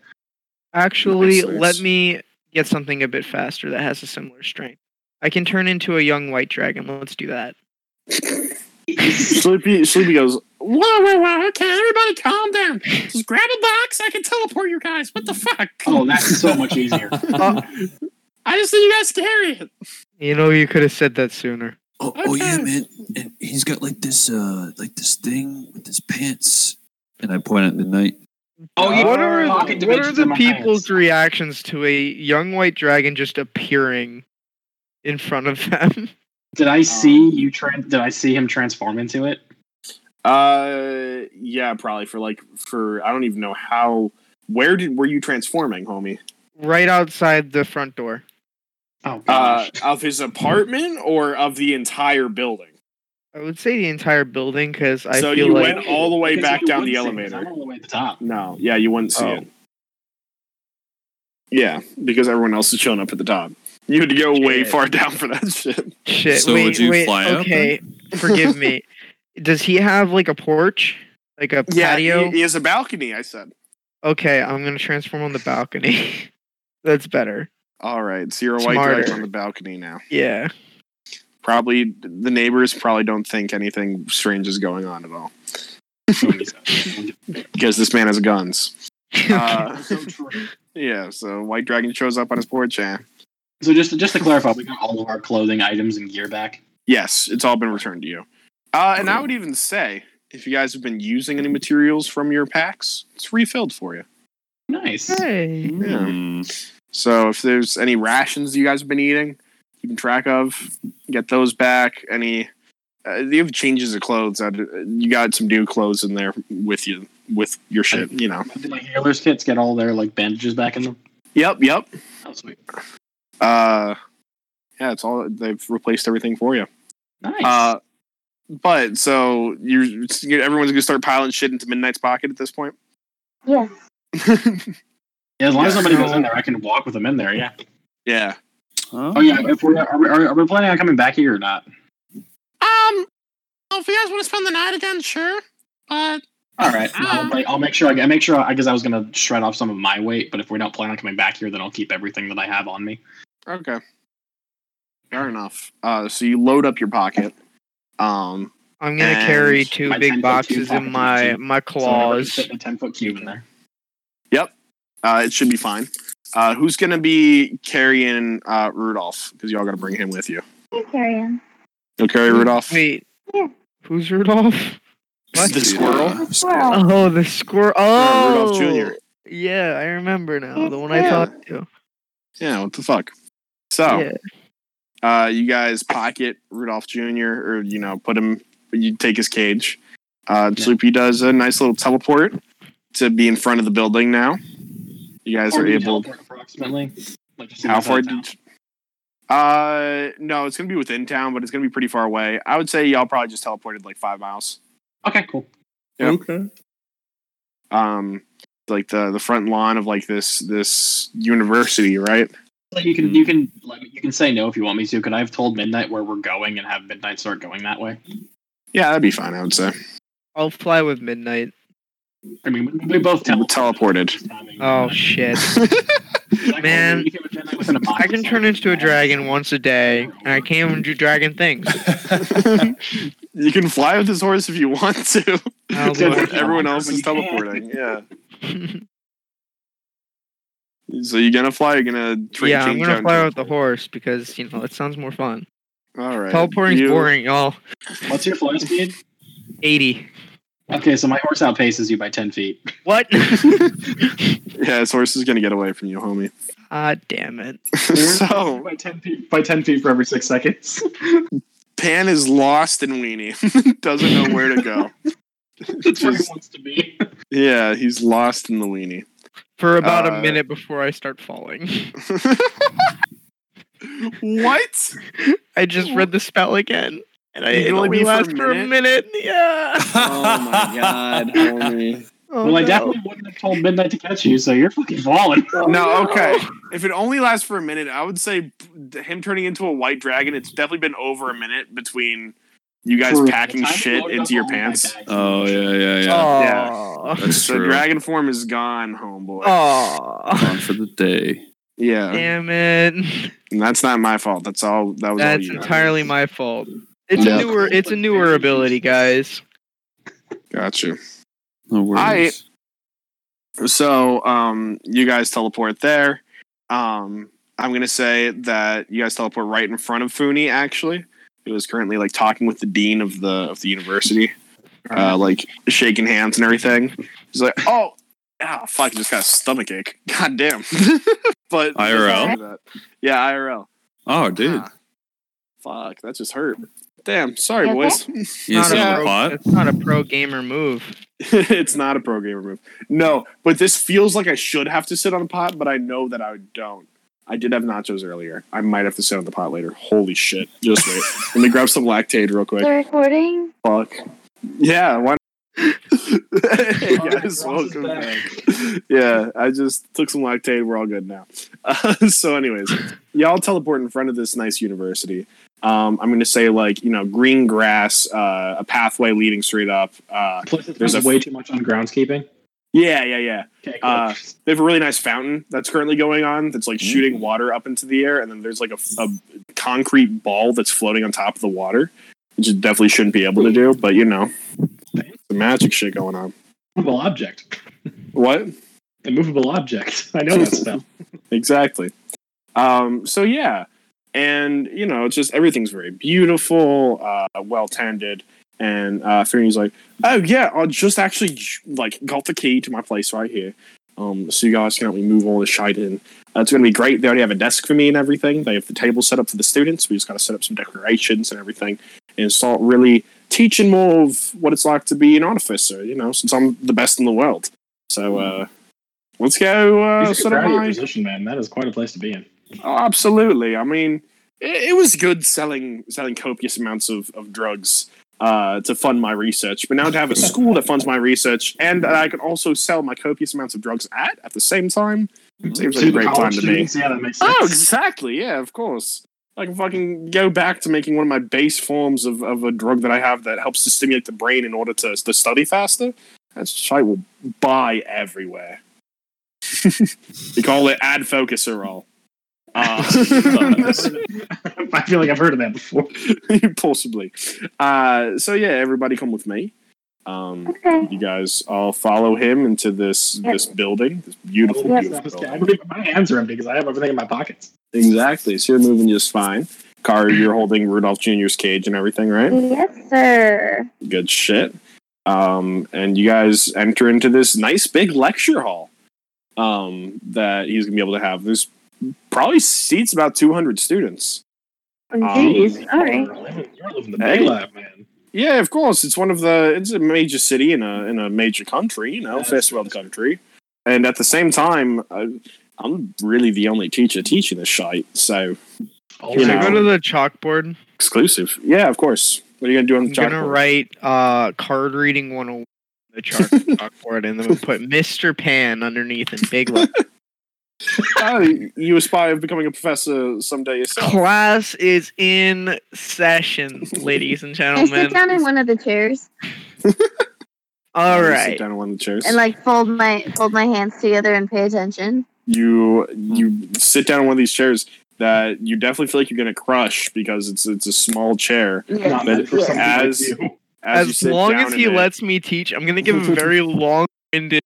Actually, Nice, nice. let me get something a bit faster that has a similar strength. I can turn into a young white dragon. Let's do that. Sleepy Sleepy goes, Whoa, whoa, whoa! Okay, everybody, calm down. Just grab a box. I can teleport you guys. What the fuck? Oh, that's so much easier. I just need you guys to carry it. You know, you could have said that sooner. Oh, oh yeah, Okay. man. And he's got like this, uh, like this thing with his pants. And I point at midnight. Oh, yeah. what are, Pocket what are dimensions in the my people's pants. reactions to a young white dragon just appearing in front of them? Did I see Um, you? Tran- did I see him transform into it? Uh, yeah, probably for like for I don't even know how. Where did were you transforming, homie? Right outside the front door. Oh Uh, gosh. of his apartment or of the entire building? I would say the entire building because I so feel you like went all the way Because back you down the wouldn't see it, 'cause elevator. I'm all the way at the top. No, yeah, you wouldn't see Oh. it. Yeah, because everyone else is chilling up at the top. You had to go way Shit. far down for that shit. shit. So wait, would you wait, fly up okay. forgive me. Does he have like a porch, like a Yeah, patio? he, he has a balcony. I said. Okay, I'm gonna transform on the balcony. That's better. All right, so you're a white dragon Smarter. on the balcony now. Yeah. Probably the neighbors probably don't think anything strange is going on at all because this man has guns. Uh, so, true. yeah, so white dragon shows up on his porch. Eh? So just just to clarify, we got all of our clothing items and gear back. Yes, it's all been returned to you. Uh, and I would even say if you guys have been using any materials from your packs, it's refilled for you. Nice. hey. Hmm. So if there's any rations you guys have been eating, keeping track of, get those back. Any uh, you have changes of clothes. I'd, you got some new clothes in there with you with your shit. You know. Did my healers kits get all their like bandages back in them? Yep. Yep. Oh sweet. Uh, yeah. It's all they've replaced everything for you. Nice. Uh, but so you're everyone's gonna start piling shit into Midnight's pocket at this point. Yeah. yeah, as long as yeah. nobody goes in there, I can walk with them in there. Yeah. yeah. Oh yeah. If we're, are, we, are, are we planning on coming back here or not? Um, if you guys want to spend the night again, sure. But All right. I'll, like, I'll make sure. I, I make sure. I guess I was gonna shred off some of my weight, but if we don't plan on coming back here, then I'll keep everything that I have on me. Okay. Fair enough. Uh, so you load up your pocket. Um, I'm gonna And carry two my 10 big foot boxes cube in my pocket. my So whenever you claws. fit a ten foot cube in there. uh, it should be fine. Uh, who's gonna be carrying uh, Rudolph? Because y'all gotta bring him with you. You carry on. You'll carry Rudolph. Wait. Yeah. Who's Rudolph? What? The squirrel. The squirrel. Oh, the squirrel. Yeah, Oh, Rudolph Jr.. Yeah, I remember now. The one I Yeah. Oh. talked to. Yeah. What the fuck? So, Yeah. uh, you guys pocket Rudolph Jr. or you know put him. You take his cage. Uh, Yeah. Sloopy does a nice little teleport to be in front of the building now. You guys Or are do you able. teleport approximately. Like just How inside far? town? Did, uh, no, it's gonna be within town, but it's gonna be pretty far away. I would say y'all probably just teleported like five miles. Okay, cool. Yeah. Okay. Um, like the the front lawn of like this this university, right? Like you can Hmm. you can like, you can say no if you want me to. Could I have told Midnight where we're going and have Midnight start going that way? Yeah, that'd be fine. I would say. I'll fly with midnight. I mean, we- we both We teleported. Oh shit. Man, I can turn into a dragon once a day, and I can't even do dragon things. you can fly with this horse if you want to. Oh, Since Lord. everyone else is But you can't. teleporting. Yeah. So you're gonna fly? You're gonna train? yeah, I'm change gonna out- fly with the horse because you know it sounds more fun. All right. Teleporting's You- boring, y'all. What's your fly speed? Eighty. Okay, so my horse outpaces you by ten feet. What? Yeah, this horse is gonna get away from you, homie. ah, damn it. so by ten feet by ten feet for every six seconds. Pan is lost in Weenie. Doesn't know where to go. That's where he Just- wants to be. Yeah, he's lost in the weenie. For about Uh, a minute before I start falling. what? I just read the spell again, and I You can it only only be for a lasts for a minute. Yeah. Oh, well, I no. definitely wouldn't have told Midnight to catch you, so you're fucking falling. Oh, oh. No, okay. If it only lasts for a minute, I would say him turning into a white dragon. It's definitely been over a minute between you guys True. packing Time to shit load up into your all my pants. bags. Oh yeah, yeah, yeah. Aw. That's So true. dragon form is gone, homeboy. Aw. Gone for the day. Yeah, Damn it. and that's not my fault. That's all. That was That's all you. entirely my fault. It's Yeah. a newer it's a newer ability, guys. Gotcha. No worries. So, um, you guys teleport there. Um, I'm gonna say that you guys teleport right in front of Funi. Actually, who is currently like talking with the dean of the of the university, uh, like shaking hands and everything. He's like, "Oh, ah, fuck! I just got a stomach ache. God damn." but IRL? yeah, IRL. Oh, dude. Ah. Fuck, that just hurt. Damn, sorry, You okay? boys. You Not sit a on the pro- pot. It's not a pro gamer move. it's not a pro gamer move. No, but this feels like I should have to sit on the pot, but I know that I don't. I did have nachos earlier. I might have to sit on the pot later. Holy shit. Just wait. Let me grab some lactate real quick. The recording? Fuck. Yeah, why hey guys, welcome back. Yeah, I just took some lactate. We're all good now. Uh, so, anyways, y'all teleport in front of this nice university. Um, I'm going to say, like, you know, green grass, uh, a pathway leading straight up. Uh, Plus, it There's there's a- way too much on groundskeeping. yeah, yeah, yeah. Okay, cool. Uh, they have a really nice fountain that's currently going on that's like shooting water up into the air and then there's like a, a concrete ball that's floating on top of the water which you definitely shouldn't be able to do but you know the magic shit going on movable object. what The movable object. I know that spell. exactly um, so yeah and you know it's just everything's very beautiful uh, well tended and uh, Fernie's like oh yeah i just actually like got the key to my place right here um, so you guys can help me move all this shit in uh, it's going to be great they already have a desk for me and everything they have the table set up for the students we just got to set up some decorations and everything and start really teaching more of what it's like to be an artificer you know since i'm the best in the world so uh, let's go uh, you should be set up proud of your my- position, man. That is quite a place to be in. Oh, absolutely. I mean, it, it was good selling selling copious amounts of, of drugs uh, to fund my research, but now to have a school that funds my research and that I can also sell my copious amounts of drugs at at the same time seems like a the great college time to me. students, Yeah, that makes sense. Oh, exactly. Yeah, of course. I can fucking go back to making one of my base forms of, of a drug that I have that helps to stimulate the brain in order to, to study faster. That shit will buy everywhere. we call it ad focuserol. Uh, I feel like I've heard of that before. possibly. Uh, so yeah, everybody come with me. Um, Okay. you guys all follow him into this this building, this beautiful, Yes, beautiful I was- I building. believe my hands are empty because I have everything in my pockets. Exactly. So you're moving just fine. Car, you're holding Rudolph Jr.'s cage and everything, right? Yes, sir. Good shit. Um, and you guys enter into this nice big lecture hall um, that he's gonna be able to have. There's probably seats about 200 students. Oh, Um, Jeez. All right. You're living, you're living the Hey. big life, man. Yeah, of course. It's one of the. It's a major city in a in a major country. You know, That's first world country. And at the same time, I, I'm really the only teacher teaching this shite. So You Should know. I go to the chalkboard? exclusive. Yeah, of course. What are you gonna do on I'm the gonna chalkboard? write uh card reading 101 on the chalk- chalkboard and then we'll put Mr. Pan underneath in big letters. Oh, you aspire of becoming a professor someday yourself. Class is in session, ladies and I sit gentlemen. down in one of the chairs All You sit right. down in one of the chairs. and like fold my fold my hands together and pay attention. you you sit down in one of these chairs that you definitely feel like you're gonna crush because it's it's a small chair. Yes. Not meant for But something as- like you. As, you As sit long down as in he it- lets me teach, I'm gonna give a very long-winded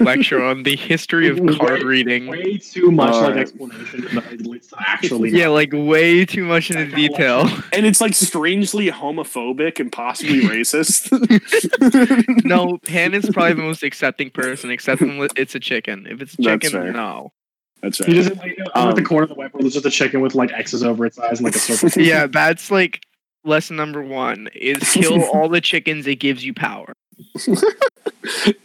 lecture on the history of card reading. way too much All like right. explanation that it leads to actually. Yeah, like way too much into detail. and it's like strangely homophobic and possibly racist. no, Pan is probably the most accepting person, except when it's a chicken. If it's a That's chicken, fair. no. That's He right. doesn't like I'm at the Um, corner of the whiteboard. There's just a chicken with like X's over its eyes and like a circle. Yeah, that's like lesson number one: is kill all the chickens. It gives you power.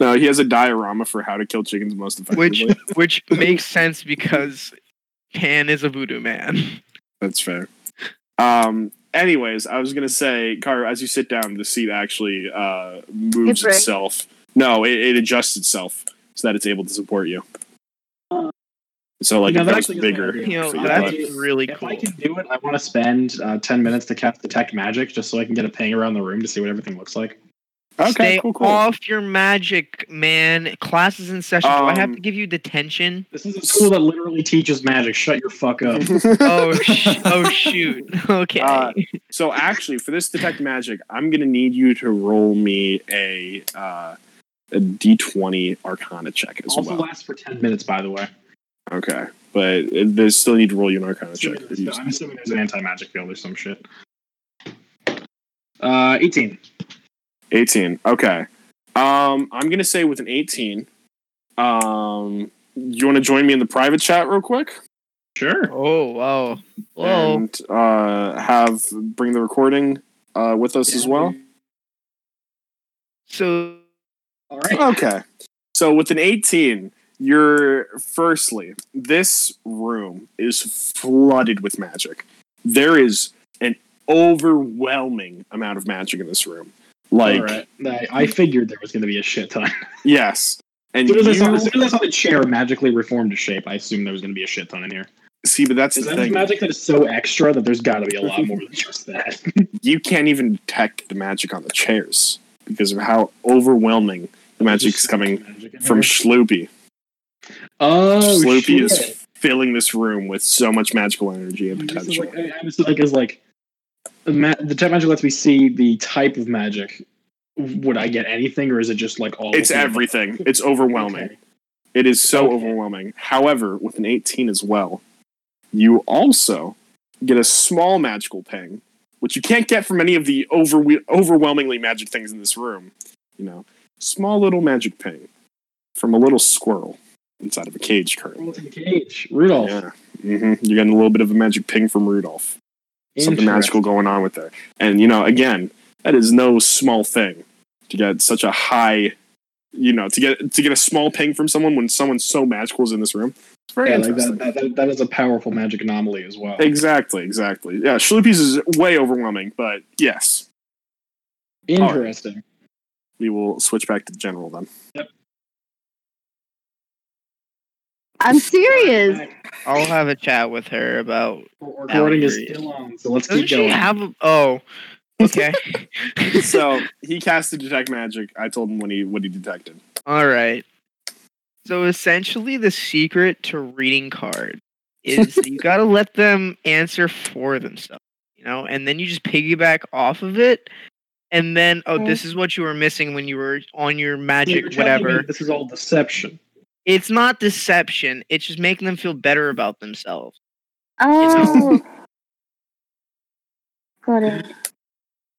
No, he has a diorama for how to kill chickens most which effectively. which makes sense because Pan is a voodoo man. That's fair. Um. Anyways, I was gonna say, Car, as you sit down, the seat actually uh, moves It breaks. itself. No, it, it adjusts itself so that it's able to support you. So like You know, it that becomes actually is bigger. an idea. You know, for your that's butt. really If cool. I can do it, I want to spend uh, ten minutes to cast detect magic just so I can get a ping around the room to see what everything looks like. Okay, Stay cool, cool. off your magic, man. Class is in session. Do I have Um, to give you detention? This is a school that literally teaches magic. Shut your fuck up. Oh, sh- oh shoot. Okay. Uh, so actually, for this detect magic, I'm gonna need you to roll me a uh, a d20 Arcana check as also well. lasts for ten minutes, by the way. Okay, but it, they still need to roll you an Arcana check. Assuming there's- I'm assuming there's an anti magic field or some shit. Uh, eighteen. 18. Okay. Um, I'm gonna say with an 18. Um, you want to join me in the private chat real quick? Sure. Oh wow. Whoa. um, and uh, have bring the recording uh, with us as well. so All right. Okay. So with an 18, you're firstly, this room is flooded with magic. There is an overwhelming amount of magic in this room. Like, All right. I, I figured there was going to be a shit ton. yes. And As soon as, I saw, you as soon as I saw the chair magically reformed to shape, I assumed there was going to be a shit ton in here. see, but that's Is the that thing. magic that is so extra that there's got to be a lot more than just that? You can't even detect the magic on the chairs because of how overwhelming the magic's Just coming magic in from here. Schloopy. oh, Sloopy shit. is filling this room with so much magical energy and This potential. is like, I, I just like is like the ma- the type magic lets me see the type of magic. Would I get anything, or is it just like all? it's of the- everything. It's overwhelming. Okay. It is so Okay. overwhelming. However, with an 18 as well, you also get a small magical ping, which you can't get from any of the over- overwhelmingly magic things in this room. You know, small little magic ping from a little squirrel inside of a cage Roll to currently. the cage, Rudolph. Yeah. hmm You're getting a little bit of a magic ping from Rudolph. Something Interesting. magical going on with there. And, you know, again, that is no small thing to get such a high. You know, to get to get a small ping from someone when someone so magical is in this room, it's very Yeah, like interesting. that, that, that, that is a powerful magic anomaly as well. Exactly, exactly. Yeah, Schloopy's is way overwhelming, but yes, Interesting. we will switch back to general then. I'm serious. I'll have a chat with her about Recording is Boundaries. still on, so let's doesn't keep she going. have a, oh okay. so he casted detect magic. I told him when he what he detected. All right. So essentially, the secret to reading cards is that you got to let them answer for themselves, you know, and then you just piggyback off of it. And then, oh, Okay. this is what you were missing when you were on your So magic, you're telling me whatever. This is all deception. It's not deception. It's just making them feel better about themselves. Oh. Got it.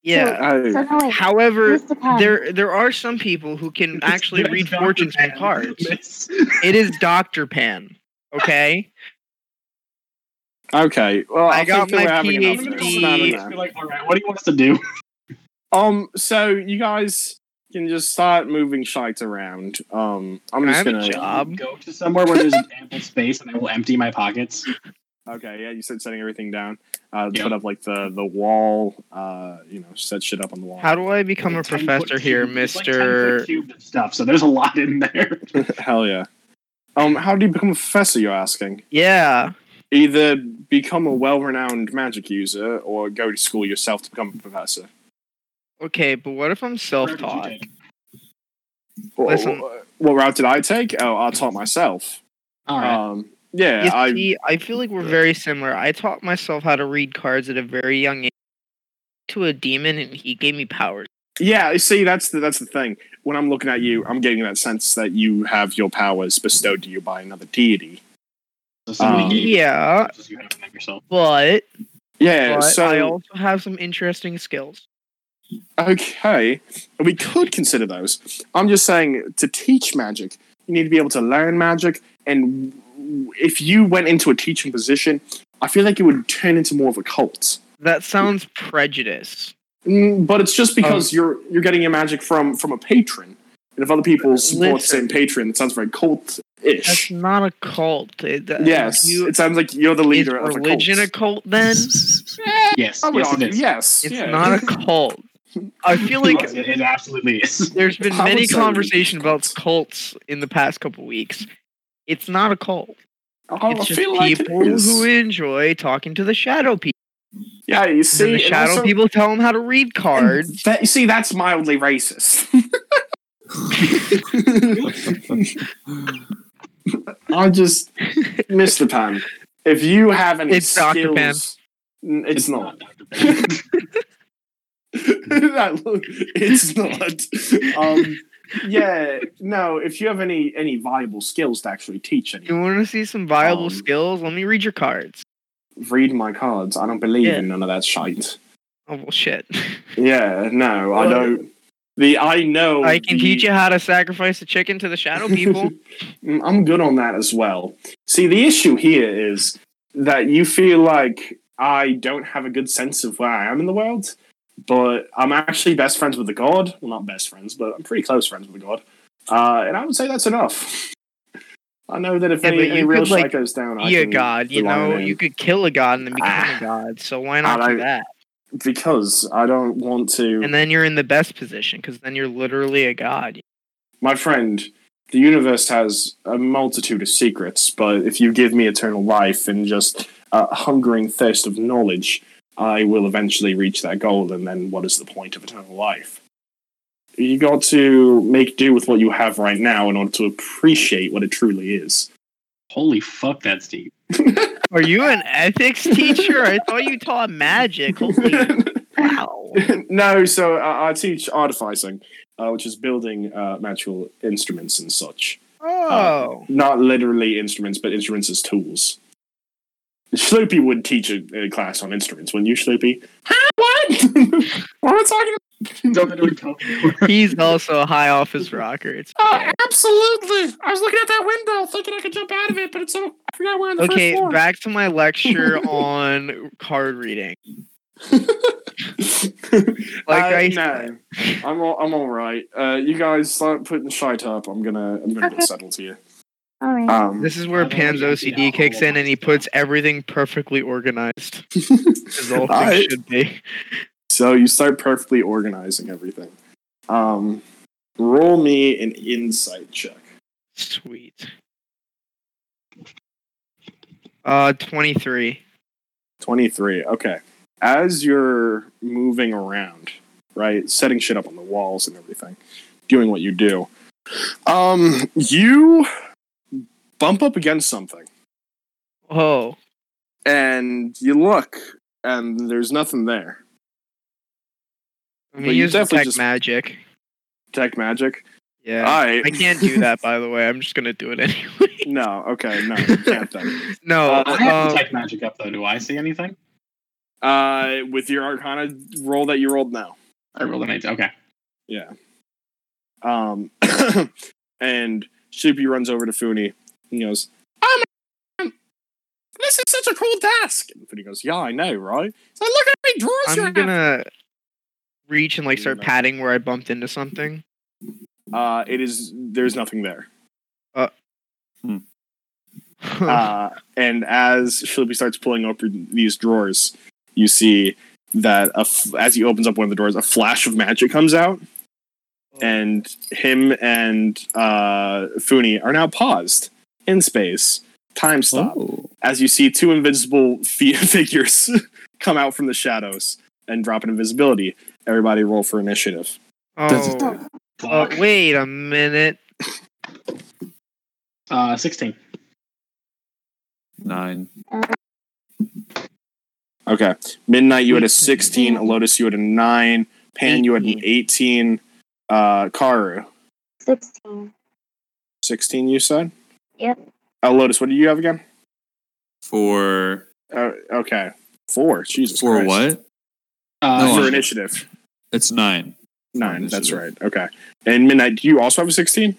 Yeah. So Uh, I, no, wait. However, Mr. Pan. there there are some people who can actually It's read Dr. fortunes from Pan. cards. It's- It is Doctor Pan. Okay. okay, well I, I got think that my we're having enough I'm of gonna this. go PhD. over Not there and just enough. be like, all right, what do you want us to do? Um, so you guys can just start moving shites around. Um, I'm Can I just have a gonna. job? Um, go to somewhere where there's ample space, and I will empty my pockets. Okay, yeah, you said setting everything down. Uh, Yeah. put up like the the wall. Uh, you know, set shit up on the wall. How do I become a Like 10 foot professor here, cube- it's like 10 Mister? foot cubed and stuff. So there's a lot in there. Hell yeah. Um, how do you become a professor? You're asking. Yeah. either become a well-renowned magic user or go to school yourself to become a professor. Okay, but what if Where I'm did you self-taught? take? What, Listen. what, what route did I take? Oh, I taught myself. All right. Um, yeah, You I see, I feel like we're very similar. I taught myself how to read cards at a very young age to a demon, and he gave me powers. yeah. you See, that's the that's the thing. When I'm looking at you, I'm getting that sense that you have your powers bestowed to you by another deity. so somebody um, gave you Yeah, just you have them yourself. but, Yeah. but so I also have some interesting skills. Okay, we could consider those. I'm just saying to teach magic, you need to be able to learn magic, and w- if you went into a teaching position, I feel like it would turn into more of a cult. That sounds prejudice. Mm, but it's just because you're you're getting your magic from from a patron, and if other people support the Listen. same patron, it sounds very That's cult-ish. not a cult. It, uh, Yes, you- it sounds like you're the is leader of a cult. religion a cult? Then Yes, I would yes, argue, it is. yes, it's yeah. not a cult. I feel like Yes, it, it absolutely is. there's been I would many say religion is conversations about cults. cults in the past couple weeks. It's not a cult. Oh, it's I just feel like it people is. who enjoy talking to the shadow people. yeah, you And see, the and shadow also- people tell them how to read cards. That, you see, that's mildly racist. I just missed the time. If you have any It's Dr. skills, Pan. N- it's, not. Dr. Ben. That look- it's not. Um, yeah, no. If you have any any viable skills to actually teach You anyone, want to see some viable Um, skills? Let me read your cards. read my cards. I don't believe Yeah. in none of that shite. Oh well, shit. Yeah, no, I Well, don't. The I know I can the- teach you how to sacrifice a chicken to the shadow people. Mm, I'm good on that as well. See, the issue here is that you feel like I don't have a good sense of where I am in the world, but I'm actually best friends with the god. Well, not best friends, but I'm pretty close friends with the god. Uh, and I would say that's enough. I know that if Yeah, any, but any you real could, shit like, goes down, I be a can god, you rely on know? him. You could kill a god and then become Ah. a god, so why not I do don't- that? because I don't want to. And then you're in the best position because then you're literally a god. my friend, the universe has a multitude of secrets, but if you give me eternal life and just a hungering thirst of knowledge, I will eventually reach that goal, and then what is the point of eternal life? You got to make do with what you have right now in order to appreciate what it truly is. Holy fuck, that's deep. Are you an ethics teacher? I thought you taught magic. Holy wow. no, so uh, I, I teach artificing, uh, which is building uh, magical instruments and such. Oh. not literally instruments, but instruments as tools. Sloopy would teach a, a class on instruments, wouldn't you, Sloopy? Huh? What? what are we talking He's also high off his rocker. It's about? Oh, absolutely. I was looking at that window thinking I could jump out of it, but it's so. I forgot we're on the okay, first floor. back to my lecture on card reading. Like Uh, I no, I'm all, I'm all right. Uh, you guys start putting shite up. I'm gonna I'm gonna get settled here. All right. Um, This is where I've Pan's already emptied OCD out kicks all in and he of my puts everything perfectly organized. As all I- things should be. so you start perfectly organizing everything. Um, roll me an insight check. Sweet. Uh, 23. 23. Okay. As you're moving around, right, setting shit up on the walls and everything, doing what you do, um, you bump up against something Oh, and you look and there's nothing there. I But mean, you use definitely detect just- magic. Tech magic. Yeah. I Uh, I can't do that, by the way. I'm just gonna do it anyway. No, okay, no, you can't then. no, Uh, I have um, detect magic up though. Do I see anything? Uh, with your Arcana roll that you rolled now. I rolled an eight. Okay. Yeah. Um, and Shupy runs over to Funi and goes, Oh my. This is such a cool task. and Funi goes, yeah, I know, right? So look at how many drawers you I'm have. gonna reach and like start No. patting where I bumped into something. Uh, it is, there's nothing there. Uh, and as Shupy starts pulling open these drawers, you see that a f- as he opens up one of the doors, a flash of magic comes out, and him and uh, Funi are now paused in space. Time stop. Oh. as you see two invisible fi- figures come out from the shadows and drop an invisibility. Everybody roll for initiative. oh, uh, Fuck. wait a minute. Uh, sixteen. Nine. Okay. Midnight, you had a 16. Lotus, you had a 9. Pan, you had an 18. Uh, Karu, 16. 16, you said? Yep. Uh, Lotus, what do you have again? For Uh, okay. Four. Jesus for Christ. what? Uh, No, For I- initiative. It's nine. Nine. That's right. Initiative. Okay. And Midnight, do you also have a 16?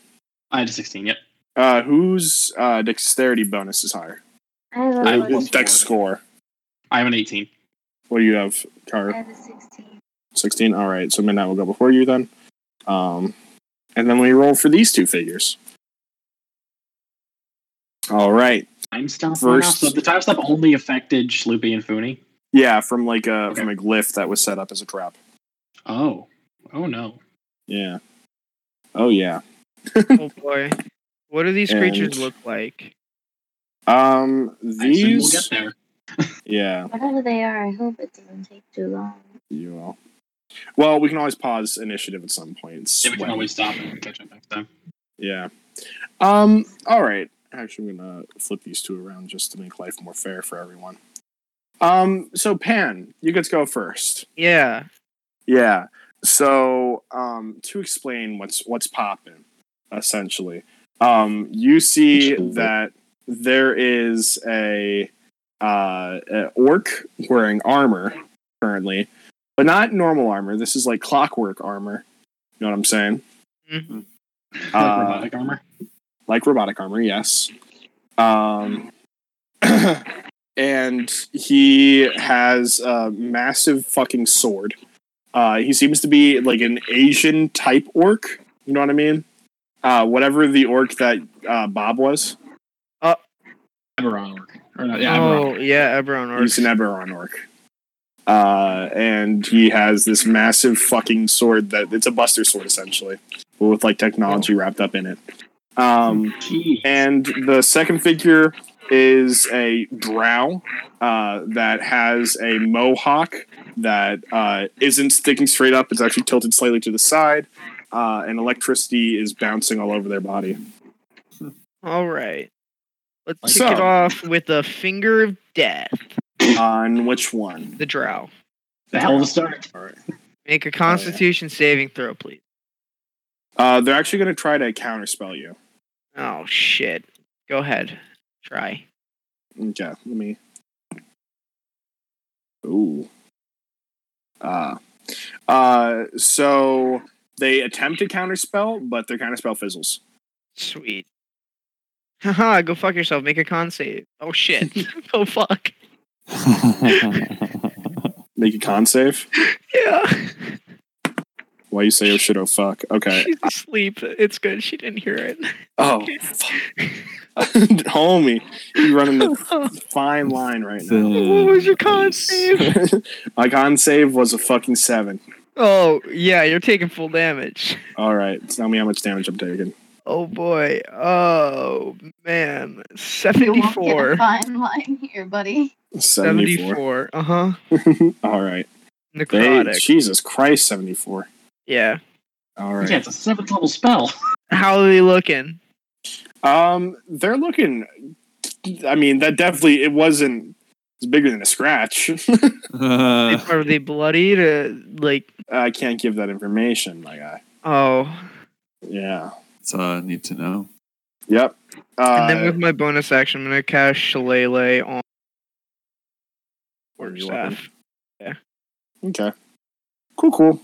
I had a sixteen. Yep. Uh, whose uh, dexterity bonus is higher? I have a, I little- was- Dex score. I have an eighteen. What do you have, Karu? I have a 16. 16. All right, so midnight will go before you then. Um, and then we roll for these two figures. All right. Time stop. First- First, so the time stop only affected Sloopy and Foony. Yeah, from like a Okay. from a glyph that was set up as a trap. Oh. Oh no. Yeah. Oh yeah. Oh boy, what do these creatures And- look like? Um I assume we'll get these there. Yeah, Whatever they are, I hope it doesn't take too long. you will. Well, we can always pause initiative at some point. Yeah, we can when- always stop and catch up next time. Yeah. Um. All right. Actually, I'm gonna flip these two around just to make life more fair for everyone. Um. So, Pan, you get to go first. Yeah. Yeah. So um, to explain what's what's popping, essentially, um, you see that there is a uh, an orc wearing armor currently, but not normal armor. This is like clockwork armor. You know what I'm saying? Mhm. Like Uh, robotic armor. Like robotic armor, yes. Um, and he has a massive fucking sword. Uh, he seems to be like an Asian type orc. You know what I mean? Uh, whatever the orc that uh, Bob was, Eberron orc. Or not, yeah, Eberron. oh yeah, Eberron orc. he's an Eberron orc. Uh, and he has this massive fucking sword that it's a Buster sword essentially, but with like technology wrapped up in it. Um, Jeez. And the second figure is a drow uh, that has a mohawk that uh, isn't sticking straight up. It's actually tilted slightly to the side, uh, and electricity is bouncing all over their body. All right, let's Like kick so. it off with the finger of death. On which one? The Drow. The hell of a start. Oh, Make a Constitution saving throw, please. Uh, they're actually going to try to counterspell you. Oh shit! Go ahead, try. Okay, let me. Ooh. Uh, uh, so they attempt to counterspell, but their counterspell fizzles. Sweet. Haha, go fuck yourself. Make a con save. Oh shit. go fuck. Make a con save. Yeah. Why you say oh shit oh fuck? Okay. She's asleep. It's good. She didn't hear it. Oh, homie, you running the fine line right now. what was your con nice. save? My con save was a fucking seven. Oh, yeah, you're taking full damage. All right, tell me how much damage I'm taking. Oh boy. Oh man. You won't get a 74. fine line here, buddy. 74. 74. Uh huh. All right. They, Necrotic. Jesus Christ, 74. yeah. All Yeah, right. it's a seventh level spell. How are they looking? Um, they're looking. I mean, that definitely it wasn't. It's bigger than a scratch. Uh, are they bloodied? Uh, like, I can't give that information, my guy. oh. Yeah. so I need to know. Yep. Uh, And then with my bonus action, I'm gonna cast Shillelagh on On Orc your weapon. Staff. Okay. Cool, cool.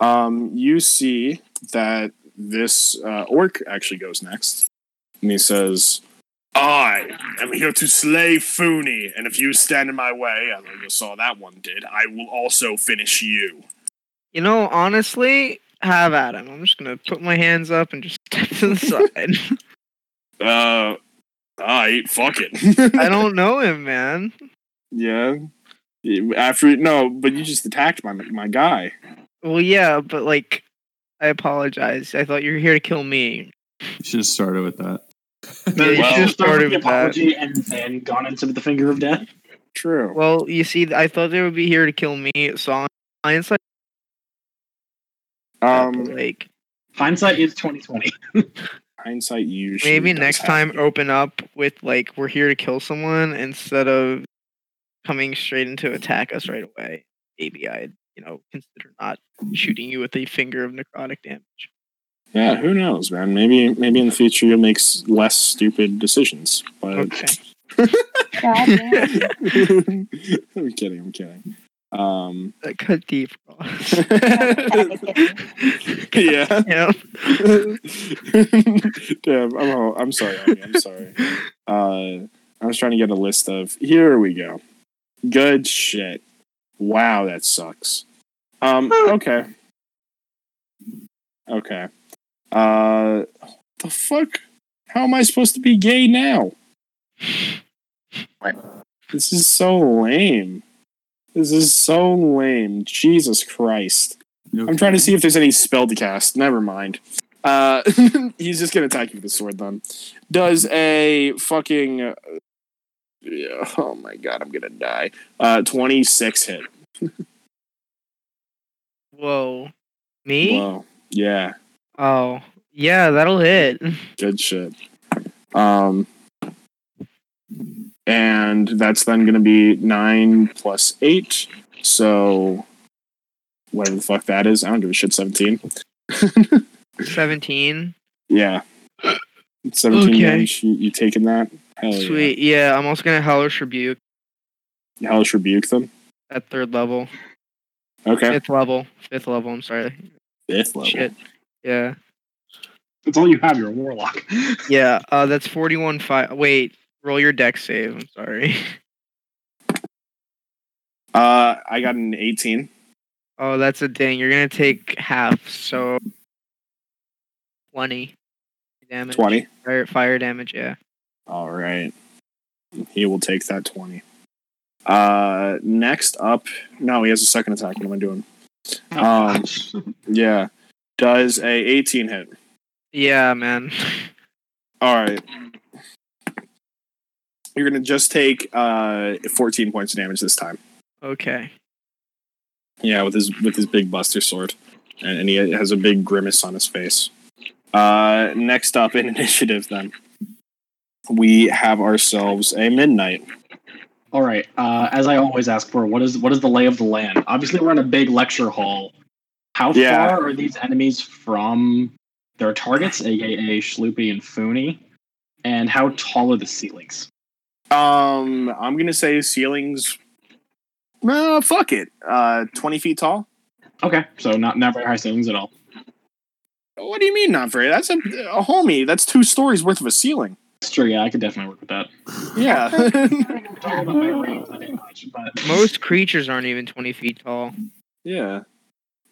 Um, you see that this uh, orc actually goes next, and he says, "I am here to slay Funi, and if you stand in my way, as I just saw that one did, I will also finish you." You know, honestly, have at him. I'm just gonna put my hands up and just step to the side. Uh, all right, fuck it. I don't know him, man. yeah. After no, but you just attacked my my guy. Well, yeah, but like, I apologize. I thought you were here to kill me. You should have started with that. Yeah, you Well, should started have started the with that. apology and then gone into the finger of death. True. Well, you see, I thought they would be here to kill me. So on hindsight, um, like Hindsight is twenty twenty. hindsight usually. maybe does next have- time open up with like we're here to kill someone instead of coming straight into attack us right away. Maybe I'd you know consider not shooting you with a finger of necrotic damage. Yeah, who knows, man? Maybe maybe in the future you'll make s- less stupid decisions. But Okay. God damn. I'm kidding, I'm kidding. Um, That cut deep. Ross. yeah. yeah. Damn, I'm, ho- I'm sorry. Arnie, I'm sorry. Uh, I was trying to get a list of. Here we go. Good shit. Wow, that sucks. Um, okay. Okay. Uh, the fuck? How am I supposed to be gay now? This is so lame. This is so lame. Jesus Christ. You I'm okay? trying to see if there's any spell to cast. Never mind. Uh, he's just gonna attack you with the sword then. Does a fucking uh, yeah, oh my god, I'm gonna die. Uh, 26 hit. Whoa. Me? Whoa, yeah, Oh, yeah, that'll hit. good shit. Um, and that's then gonna be nine plus eight, so whatever the fuck that is. I don't give a shit. 17. 17. Yeah, 17 Okay. damage. You, you taking that? Hell Oh, yeah. Sweet. Yeah, I'm also going to Hellish Rebuke Hellish rebuke them. at third level. Okay. Fifth level. Fifth level, I'm sorry. Fifth level. Shit. Yeah. That's all you have. You're a warlock. Yeah, uh, that's 41 5. Wait, roll your deck save. I'm sorry. Uh, I got an 18. Oh, that's a ding. You're gonna take half, so twenty damage. 20. Fire, fire damage. Yeah. All right. He will take that 20. Uh, next up. No, he has a second attack. What am I doing? Um, yeah. Does a 18 hit? Yeah, man. All right. You're going to just take uh, 14 points of damage this time. Okay. Yeah, with his with his big Buster sword, and, and he has a big grimace on his face. Uh, next up in initiative, then we have ourselves a midnight. All right. Uh, as I always ask for, what is what is the lay of the land? Obviously, we're in a big lecture hall. How Yeah. far are these enemies from their targets, aka Schloopy and Foony? And how tall are the ceilings? Um, I'm gonna say ceilings. Well, fuck it. Uh, twenty feet tall. Okay, so not not very high ceilings at all. What do you mean not very? That's a, a homie. That's two stories worth of a ceiling. That's true. Yeah, I could definitely work with that. Yeah. Talk about my range, I didn't much, but- Most creatures aren't even twenty feet tall. Yeah.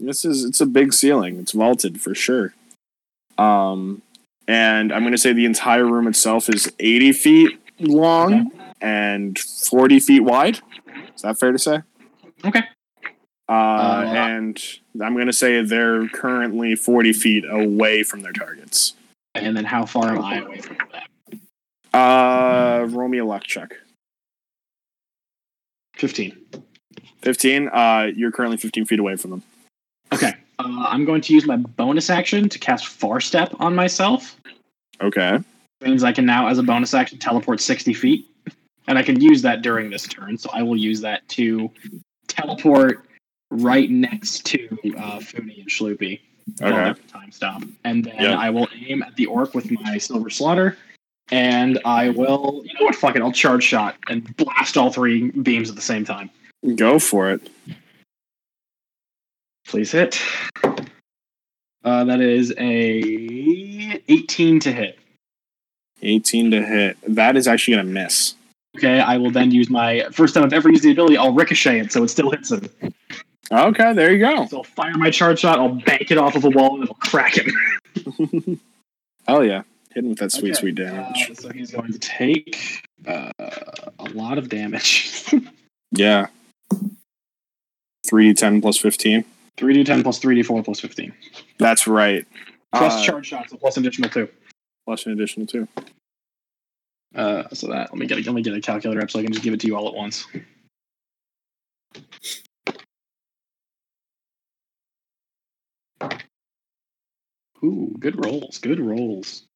This is it's a big ceiling. It's vaulted for sure. Um and I'm gonna say the entire room itself is eighty feet long and forty feet wide. Is that fair to say? Okay. Uh, Uh, and I'm gonna say they're currently forty feet away from their targets. And then how far am I away from that? Uh roll me a luck check. Fifteen. Fifteen. Uh you're currently fifteen feet away from them. Okay. Uh, I'm going to use my bonus action to cast Far Step on myself. Okay. means I can now, as a bonus action, teleport 60 feet. And I can use that during this turn, so I will use that to teleport right next to uh, Funi and Schloopy. until Okay. their Time stop. And then Yeah. I will aim at the orc with my silver slaughter. And I will, you know what, fuck it, I'll charge shot and blast all three beams at the same time. Go for it. Please hit. Uh, that is a 18 to hit. Eighteen to hit. That is actually gonna miss. Okay, I will then use my first time I've ever used the ability. I'll ricochet it, so it still hits him. Okay, there you go. So I'll fire my charge shot. I'll bank it off of a wall, and it'll crack him. Hell yeah. Hitting with that sweet, Okay, sweet damage. uh, so he's going to take uh, a lot of damage. yeah. 3d10 plus 15. Three d ten plus three d four plus fifteen That's right. plus Uh, charge shots so plus additional two. plus an additional two. Uh, so that let me get a, let me get a calculator up so I can just give it to you all at once. Ooh, good rolls, good rolls.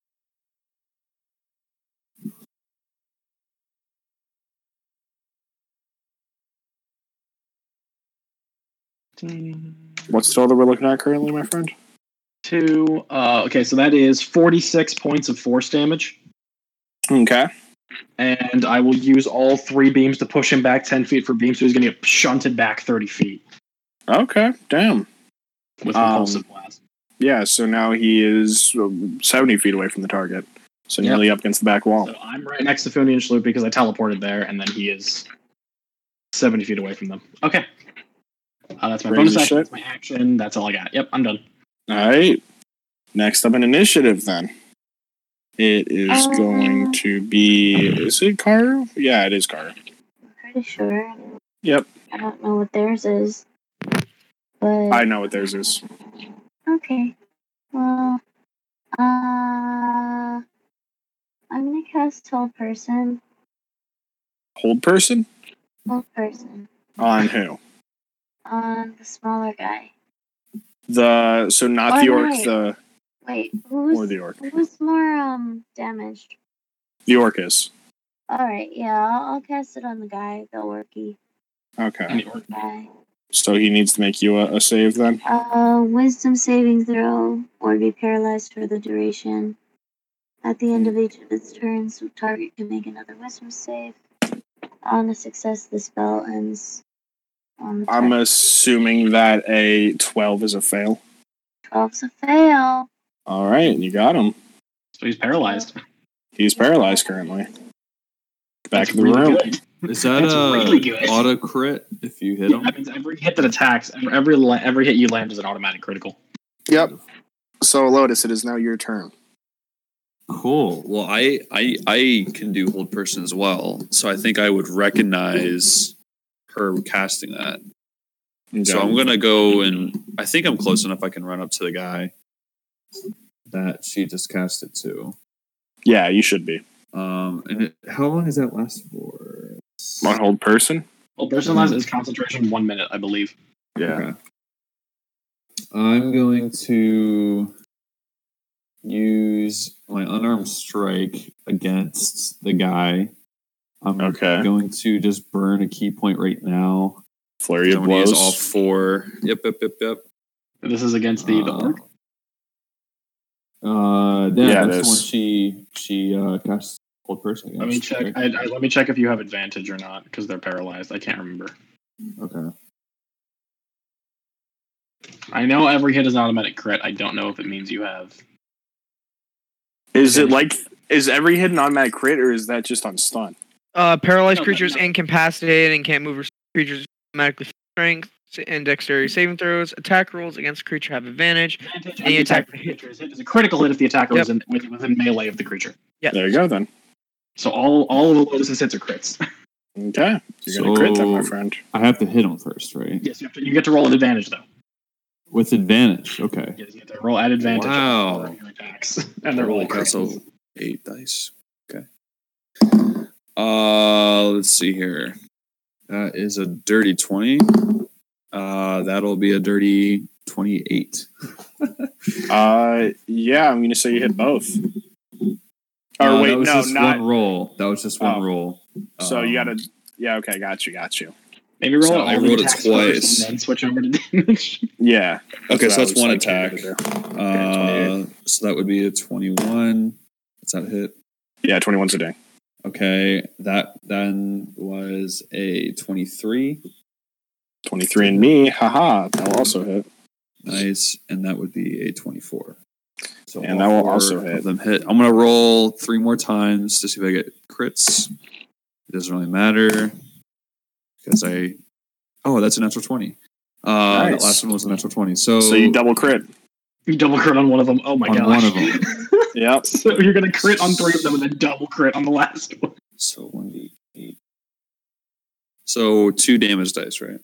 What's the total we're looking at currently, my friend? Two. Uh, okay, so that is forty-six points of force damage. Okay. and I will use all three beams to push him back 10 feet for beam, so he's going to get shunted back 30 feet Okay. Damn. with Um, repulsive blast. Yeah, so now he is um, 70 feet away from the target. So Yep. nearly up against the back wall. So I'm right next to Funi and Shloop because I teleported there, and then he is 70 feet away from them. Okay. Uh, that's my Crazy bonus shit. action. That's my action. That's all I got. Yep, I'm done. All right. Next up in initiative, then. It is Uh. going to be. Is it Karu? Yeah, it is Karu. Pretty sure. Yep. I don't know what theirs is. But I know what theirs is. okay. Well uh I'm gonna cast tall person. Hold person? Tall person On who? on the smaller guy. The so not Or the orc, knight. the Wait, or who's the orc. who's more um damaged? The orc is Alright, yeah, I'll, I'll cast it on the guy, the orky okay. guy. So he needs to make you a, a save then. Uh, wisdom saving throw or be paralyzed for the duration. At the end of each of its turns, the target can make another wisdom save. On a success, the spell ends. On the I'm target. assuming that a twelve is a fail. 12's a fail. All right, you got him. So he's paralyzed. He's paralyzed currently. Back That's of the really room. good. Is that That's a really good. auto crit if you hit Yeah, him? that means every hit that attacks, every every la- every hit you land is an automatic critical. Yep. So Lotus, it is now your turn. Cool. Well, I, I I can do hold person as well, so I think I would recognize her casting that. So I'm gonna go and I think I'm close enough. I can run up to the guy that she just cast it to. yeah, you should be Um, and it, how long does that last for? my hold person. Well, personalized is concentration one minute, I believe. Yeah. Okay. I'm going to use my unarmed strike against the guy. I'm Okay. going to just burn a key point right now. Flurry of I'm gonna blows. use all four. Yep, yep, yep, yep. This is against the, the orc. Uh, yeah, Yeah, that's there's- the one she she uh, casts old person. Let me against, check. right? I, I, let me check if you have advantage or not because they're paralyzed. I can't remember. Okay. I know every hit is an automatic crit. I don't know if it means you have. Is it like is every hit an automatic crit or is that just on stun? Uh, paralyzed No, no, creatures no. incapacitated and can't move. or- Creatures automatically strength and dexterity saving throws. Attack rolls against the creature have advantage. Advantage on the attack of the creature is hit is a critical hit if the attacker Yep. is in, within, within melee of the creature. There you go then. So all all of the Lotus's hits are crits. Okay. You're gonna crit them, my So- friend. I have to hit him first, right? yes, you, have to, you get to roll an advantage though. With advantage. Okay. Yes, you get to roll at advantage. on Wow. all of your attacks, and they're all Cool. That's crits. a eight dice. Okay. Uh, let's see here. That is a dirty twenty. Uh, that'll be a dirty twenty-eight. Uh yeah, I'm gonna say you hit both. Or Uh, Oh, wait, that was no, just not one roll. That was just one Oh. roll. so you Um, gotta yeah, okay, got you, got you. Maybe roll. So at I all the rolled it attacks first twice. and then switch over to damage. Yeah. Okay, what so I that's was one like, you're attack. gonna do. Uh, 28. so that would be a twenty-one. Does that hit? Yeah, twenty one's a day. Okay, that then was a 23. Twenty three and me, haha, that'll also hit. Nice, and that would be a 24. So And all that will four also of hit. Them hit. I'm gonna roll three more times to see if I get crits. It doesn't really matter because I. Oh, that's a natural 20. Uh, Nice. That last one was a natural 20. So, So you double crit. You double crit on one of them. Oh my On gosh. one of them. Yep. so you're gonna crit on three of them and then double crit on the last one. so one d eight. So two damage dice, right?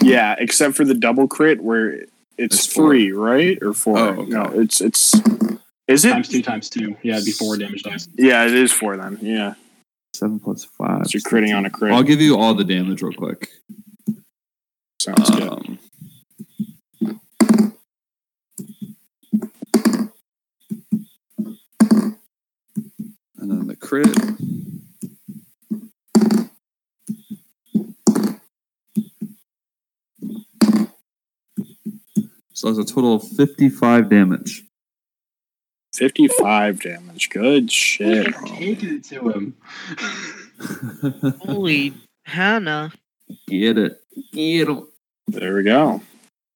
Yeah, except for the double crit where it's, It's four. three, right? Or four. Oh, okay. No, it's it's is it Times two, times two. Yeah, it'd be four damage dice. Yeah, it is four then. Yeah. Seven plus five. So you're critting on a crit. I'll give you all the damage real quick. Sounds good. Um, and then the crit. So that's a total of 55 damage. 55 damage. Good shit. Taking it to him. Holy Hannah! Get it. Get it. There we go.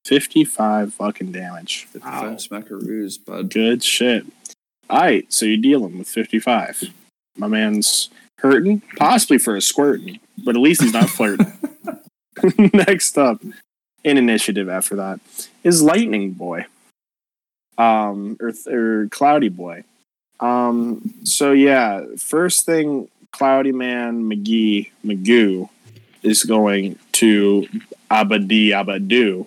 55 fucking damage. 55 Ow. smackaroos, bud. Good shit. All right, so you deal him with 55. My man's hurting, possibly for a squirting, but at least he's not flirting. Next up, in initiative after that, is Lightning Boy, um, or, or Cloudy Boy. Um, so yeah, first thing, Cloudy Man McGee Magoo is going to abadee abadoo,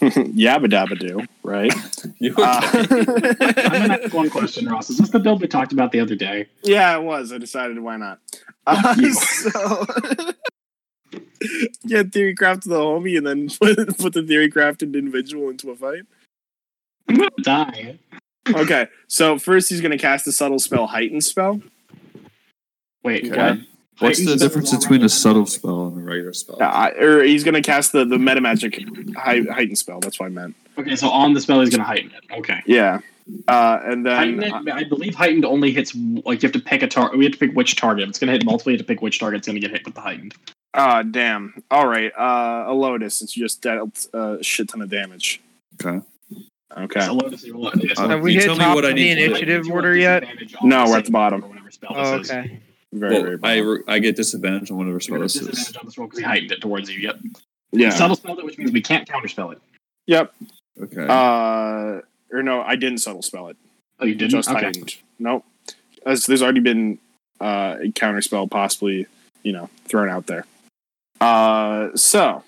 yabba dabba do, right? You I'm Uh, gonna ask one question, Ross. Is this the build we talked about the other day? yeah, it was. I decided why not. Uh, Fuck you. so yeah, theory craft the homie, and then put, put the theory crafted individual into a fight. I'm gonna die. Okay, so first he's gonna cast a subtle spell, heightened spell. Wait, Okay. what? What's Heightened the spells difference already- between a subtle spell and a regular spell? Yeah, I, Uh, or he's gonna cast the the meta magic hei- heightened spell. That's what I meant. Okay, so on the spell he's gonna heighten it. Okay. Yeah, uh, and then Heightened, it, I believe heightened only hits like you have to pick a target. We have to pick which target. If it's gonna hit multiple, you have to pick which target's gonna get hit with the heightened. Ah, damn. All right, uh, Elodis, it's just dealt a shit ton of damage. Okay. Okay. So Lotus, you roll it. Yes, Uh, Have we you hit tell me top what I of the need to do. Like, initiative you have order yet? disadvantage on No, we're at saving the bottom. throw or whatever spell Oh, this is. okay. Very, very Well, I, bad. re- I get disadvantage on whatever spell You're at a this is. disadvantage on this roll because he heightened it towards you. Yep. Yeah. Subtle spelled it, which means we can't counterspell it. yep. Okay. Uh, or no, I didn't subtle spell it. Oh, you didn't. Just okay. heightened. Nope. As, there's already been uh, a counter spell possibly, you know, thrown out there. Uh, so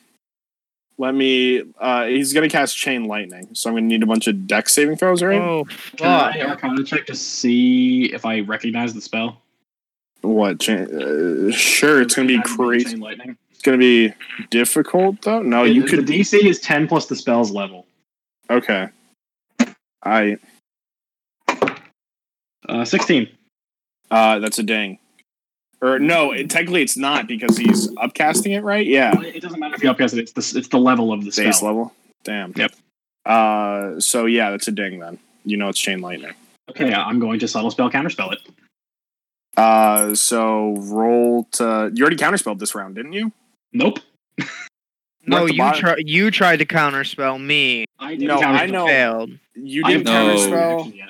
let me. Uh, he's gonna cast chain lightning, so I'm gonna need a bunch of deck saving throws, right? Oh, Can I fuck. Arcana check to see if I recognize the spell? What? Chain, uh, sure, it's gonna be Recognize the crazy. Chain lightning. It's gonna be difficult though. No, you the, could. The DC is ten plus the spell's level. Okay. I. Uh, Sixteen. Uh, that's a ding. Or no, it, technically it's not because he's upcasting it, right? Yeah, It doesn't matter if you upcast it. It's the it's the level of the spell. base level. Damn. Yep. Uh, so yeah, that's a ding then. You know it's chain lightning. Okay, I'm going to subtle spell counterspell it. Uh, so roll to. You already counterspelled this round, didn't you? Nope. No, Mark the you bottom. try. You tried to counterspell me. I No, counterspell I know. Failed. You I didn't haven't No. taken counterspell. action yet.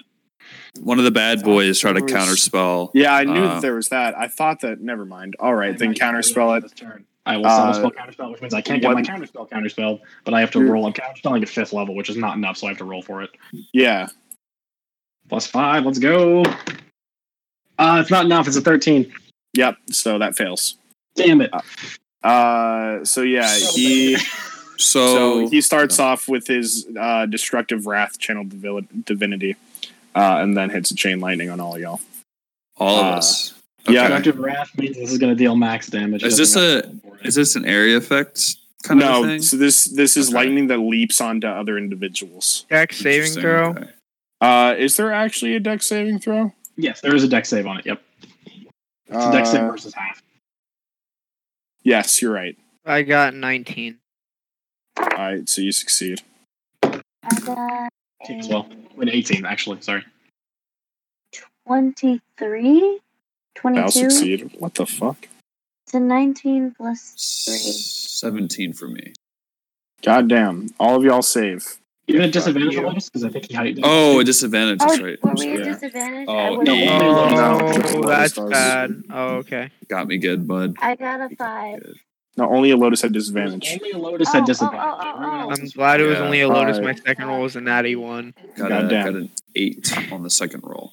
One of the bad boys tried to Bruce. counter spell. Yeah, I knew Uh. that there was that. I thought that. Never mind. All right, I then might counterspell counterspell it. this turn. I will Uh, subtle spell counterspell, which means I can't get what- my counterspell counterspelled, but I have to You're- roll. I'm counterspelling at fifth level, which is not enough, so I have to roll for it. Yeah. Plus five. Let's go. Uh, it's not enough. It's a thirteen. Yep. So that fails. Damn it. Uh, so yeah, he. So, So he starts off with his uh, destructive wrath channel divi- divinity, uh, and then hits a chain lightning on all of y'all. all of uh, us. yeah. Destructive wrath means this is going to deal max damage. Is It this doesn't a- have roll for it. Is this an area effect kind of no, thing? so this this is Okay. lightning that leaps onto other individuals. Deck saving Interesting, throw. okay. Uh, is there actually a deck saving throw? Yes, there is a deck save on it. Yep. It's a deck save Uh, versus half. yes, you're right. I got 19. All right, so you succeed. I got Team as a well. Wait, 18, actually. Sorry. 23, I'll 22. succeed. What the fuck? It's a 19 plus 3. Seventeen for me. Goddamn! All of y'all save. You're at disadvantage you. on this because I think he heightened. Oh, a disadvantage. That's oh, right. were we at Yeah. disadvantage? I, Oh, was- no. Oh, no. that's Lotus does. bad. Oh, okay. Got me good, bud. I got a 5. No, only a Lotus had disadvantage. Only a Lotus had Oh, oh, disadvantage. oh, oh, Everyone else I'm is- glad it was Yeah. only a Lotus. My Alright. second roll was a natty one. Got, a, Goddamn. got an eight on the second roll.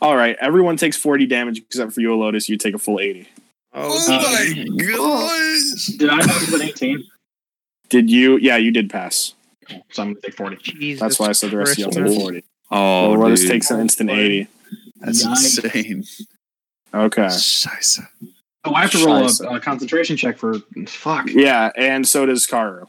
All right, everyone takes forty damage except for you, Lotus. You take a full eighty. Oh, my gosh! Did I pass with 18? Did you? Yeah, you did pass. Cool. So I'm going to take 40. Jesus. That's why I said the rest of y'all Christmas. took 40. Oh, well, Lotus dude, takes an instant 80. that's Nice. insane. Okay. Scheiße. Oh, I have to roll a, Scheiße. a concentration check for. Fuck. Yeah, and so does Karu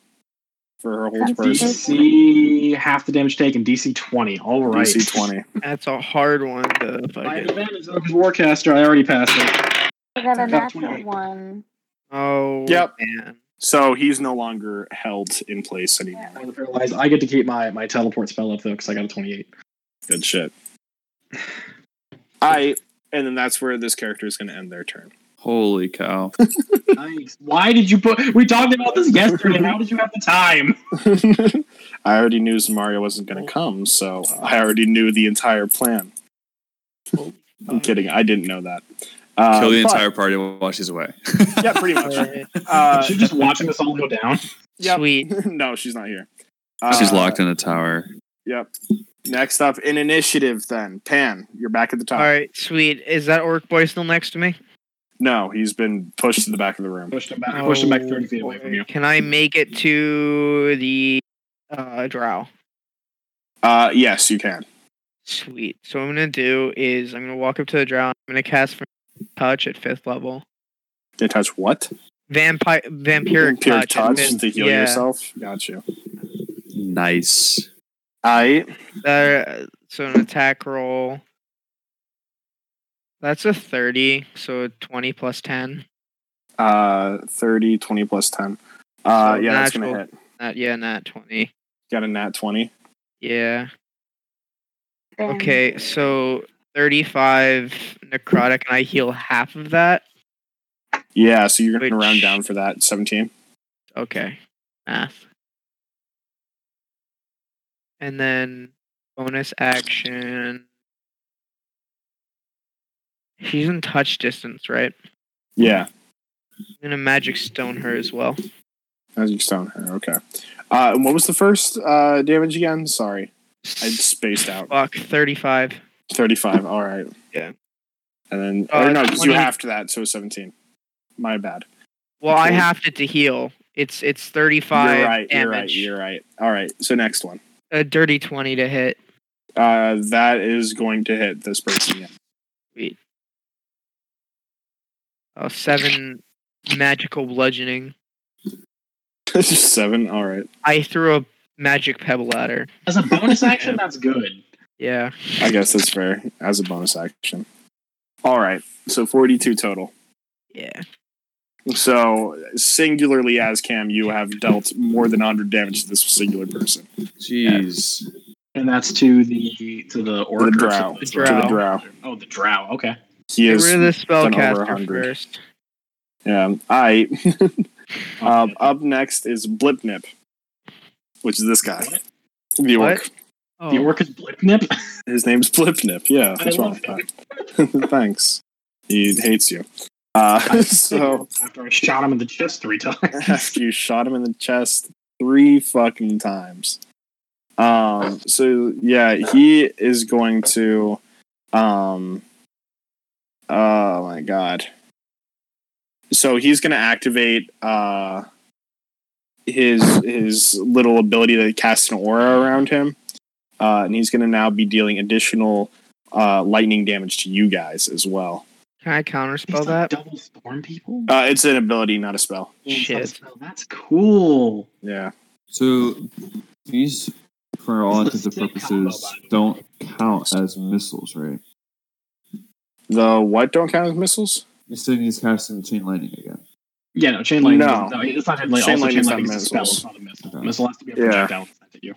for her whole person. DC half the damage taken. DC 20. All right. DC 20. That's a hard one. To I have fucking... advantage though, 'cause Warcaster. I already passed it. I got a That's natural 28. one. Oh, Yep. man. So he's no longer held in place anymore. I was paralyzed. I get to keep my, my teleport spell up though because I got a 28. Good shit. I and then that's where this character is going to end their turn. Holy cow. Nice. Why did you put? We talked about this yesterday. How did you have the time? I already knew Mario wasn't going to come, so I already knew the entire plan. I'm kidding. I didn't know that. Uh, Kill the but- entire party while she's away. Yeah, pretty much. Alright, Uh, Is she just watching this all go down? Yep. Sweet. no, she's not here. she's Uh, locked in a tower. Next up in initiative, then Pan, you're back at the top. All right, sweet. Is that orc boy still next to me? No, he's been pushed to the back of the room. Pushed him back. pushed him back thirty feet away Oh, from you. Can I make it to the uh, drow? Uh, yes, you can. Sweet. So what I'm gonna do is I'm gonna walk up to the drow. I'm gonna cast from touch at fifth level. They touch what? Vampire, vampiric Pure touch. at touch fifth- to heal yeah. yourself. Got you. Nice. I That- so an attack roll. That's a thirty. So a twenty plus ten. uh 30, 20 plus 10. Uh, So yeah, that's natural. gonna hit. Not yeah, not twenty. Got a nat 20. Yeah. Bam. Okay. So thirty-five necrotic, and I heal half of that. Yeah, so you're gonna Which- round down for that 17. Okay. Math. And then bonus action. She's in touch distance, right? Yeah, I'm gonna magic stone her as well. magic stone. her, Okay. Uh, and what was the first uh, damage again? Sorry, I spaced out. Fuck, thirty-five. Thirty-five. All right. Yeah. And then, Uh, or no, because you 20. halved that, so seventeen. My bad. Well, I Okay. halved it to heal. It's it's thirty-five you're right. damage. You're right. You're right. All right. So next one. A dirty twenty to hit. Uh, that is going to hit this person. Yeah. Oh, seven magical bludgeoning. Seven. All right. I threw a magic pebble at her. As a bonus action, that's good. Yeah. I guess that's fair as a bonus action. All right. So 42 total. Yeah. So singularly as Cam, you have dealt more than 100 damage to this singular person. Jeez. And that's to the to the orc The or drow. To the To the drow. Oh, the drow. Okay. He Get is. rid of the done over a spellcaster hundred. first. Yeah. I. um, up next is Blipnip, which is this guy. Oh, What? The orc. What? The Oh, orc is Blipnip. His name's Blipnip. Yeah. That's I wrong. love him. Thanks. He hates you. Uh, so after I shot him in the chest three times. after you shot him in the chest three fucking times. Um. So yeah, he is going to. Um. Oh my god. So he's going to activate uh his his little ability that casts an aura around him, uh, and he's going to now be dealing additional uh, lightning damage to you guys as well. can I He's counterspell like that? double storm people. Uh, it's an ability, not a spell. Shit. That's cool. Yeah. So these, for all This intents is and a sick combo, purposes, by the way. don't count as missiles, right? The what don't count as missiles? You said he's casting chain lightning again. Yeah, no, chain lightning. No. is- no it's not chain lightning. Chain also, chain lightning's lightning not is a spell. missiles. It's not a missile. Okay. Missile has to be a Yeah. projectile sent at you.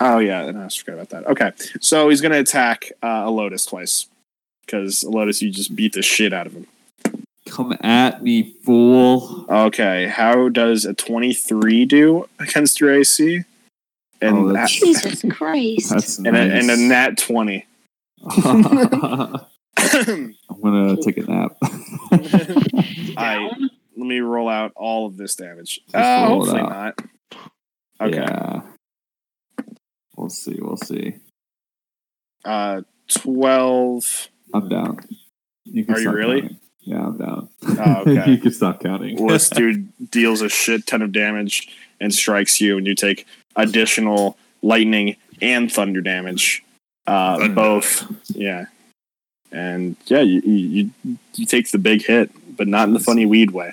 Oh yeah, and I just forgot about that. Okay, so he's gonna attack uh, Elotus twice because Elotus, you just beat the shit out of him. Come at me, fool! Okay, how does a twenty-three do against your AC? And Oh, that's- Jesus Christ. That's and, a, and a nice. nat twenty. I'm gonna take a nap. I Down? let me roll out all of this damage. Just Uh, roll it hopefully out. not. Okay. Yeah. We'll see. We'll see. Uh, twelve. I'm down. You Are you really? counting. Yeah, I'm down. Oh, okay. you can stop counting. Well, this dude deals a shit ton of damage and strikes you, and you take additional lightning and thunder damage. Uh, Thunder. Both, yeah, and yeah, you, you you- you take the big hit, but not in the funny weed way.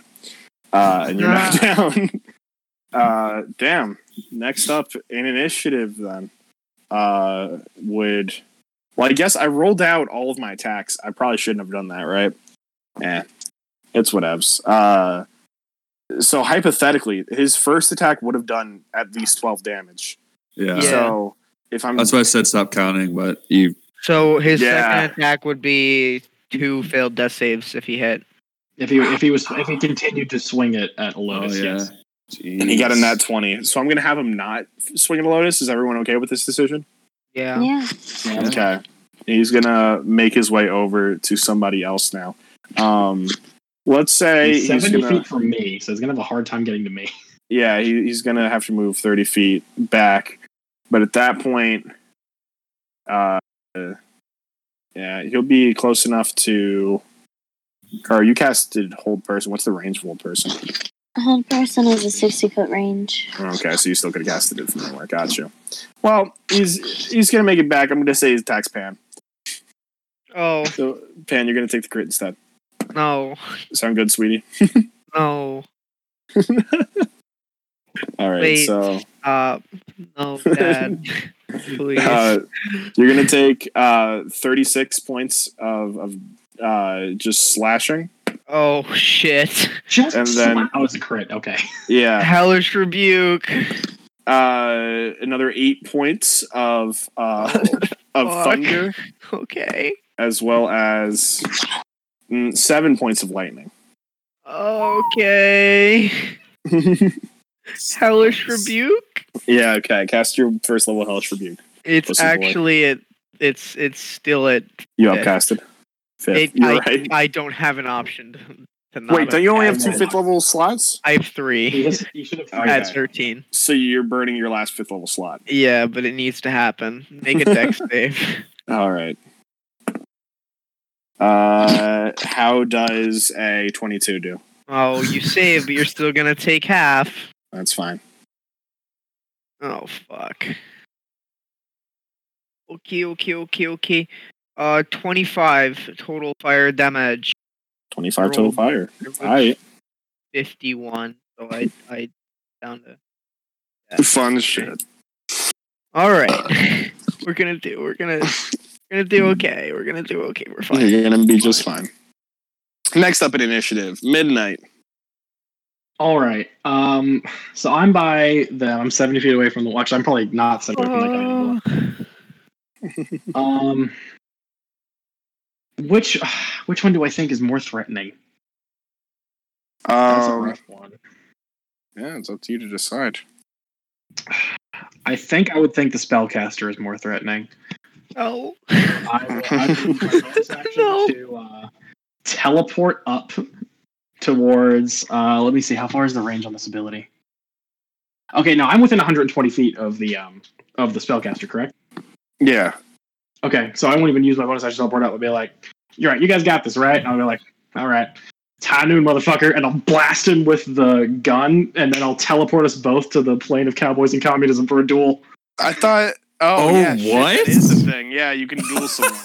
Uh, and you're knocked down. Uh, damn. Next up in initiative, then uh, would well, I guess I rolled out all of my attacks. I probably shouldn't have done that, right? Eh, it's whatevs. Uh, so hypothetically, his first attack would have done at least twelve damage. yeah. Yeah. So if I'm That's why I said stop counting, but you So his Yeah. second attack would be two failed death saves if he hit. If he if he was if he continued to swing it at Lotus, oh, yeah. yes. and he got a nat twenty, so I'm gonna have him not swing at a lotus. Is everyone okay with this decision? Yeah. Yeah. Yeah. Okay, he's gonna make his way over to somebody else now. Um, let's say He's he's seventy gonna. feet from me, so he's gonna have a hard time getting to me. yeah, he, he's gonna have to move thirty feet back. But at that point, uh, yeah, he'll be close enough to. Car, you casted hold person. What's the range of hold person? Hold person has a 60 foot range. Okay, so you still could have casted it from nowhere. Got you. Well, he's he's gonna make it back. I'm gonna say he's tax Pan. Oh So Pan, you're gonna take the crit instead. no, Sound good, sweetie? no, All right, Wait. so uh, no, Dad, please. uh, you're gonna take uh, 36 points of, of uh, just slashing. oh shit! Just And then- oh, it's a crit. Okay, Yeah. Hellish rebuke. uh, another eight points of uh, of Fuck. thunder, Okay. as well as mm, seven points of lightning. Okay. Hellish rebuke. yeah, okay. Cast your first level hellish rebuke. It's Pussy boy. actually it. It's it's still at You Okay. outcasted. Fifth. It- You're I, right. I don't have an option to- to not Wait, don't you only have add two that. fifth level slots? I have three. You should have Okay. That's thirteen. So you're burning your last fifth level slot. Yeah, but it needs to happen. Make a deck save. All right. Uh, how does a 22 do? Oh, you save, but you're still gonna take half. That's fine. Oh fuck. Okay, okay, okay, okay. Uh, twenty-five total fire damage. 25 total Roll. fire. There was All right. Fifty-one. So I, I down to. Fun shit. All right, we're gonna do. We're gonna. We're gonna do okay. We're gonna do okay. We're fine. You're gonna be just fine. Next up in initiative, midnight. All right. Um. So I'm by them. I'm 70 feet away from the watch. I'm probably not 70 feet away from the guy anymore. Um. Which which one do I think is more threatening? That's a Um, rough one. yeah, it's up to you to decide. I think I would think the spellcaster is more threatening. Oh. I will, I will use my bonus action No. to uh, teleport up towards. Uh, let me see. How far is the range on this ability? Okay, no, I'm within 120 feet of the um of the spellcaster, correct? Yeah. Okay, so I won't even use my bonus action to teleport up. I'll be like, "You're right. You guys got this, right?" And I'll be like, "All right." High noon, motherfucker, and I'll blast him with the gun, and then I'll teleport us both to the plane of cowboys and communism for a duel. I thought. Oh, Oh, yeah, shit, what? that is the thing. Yeah, you can duel someone.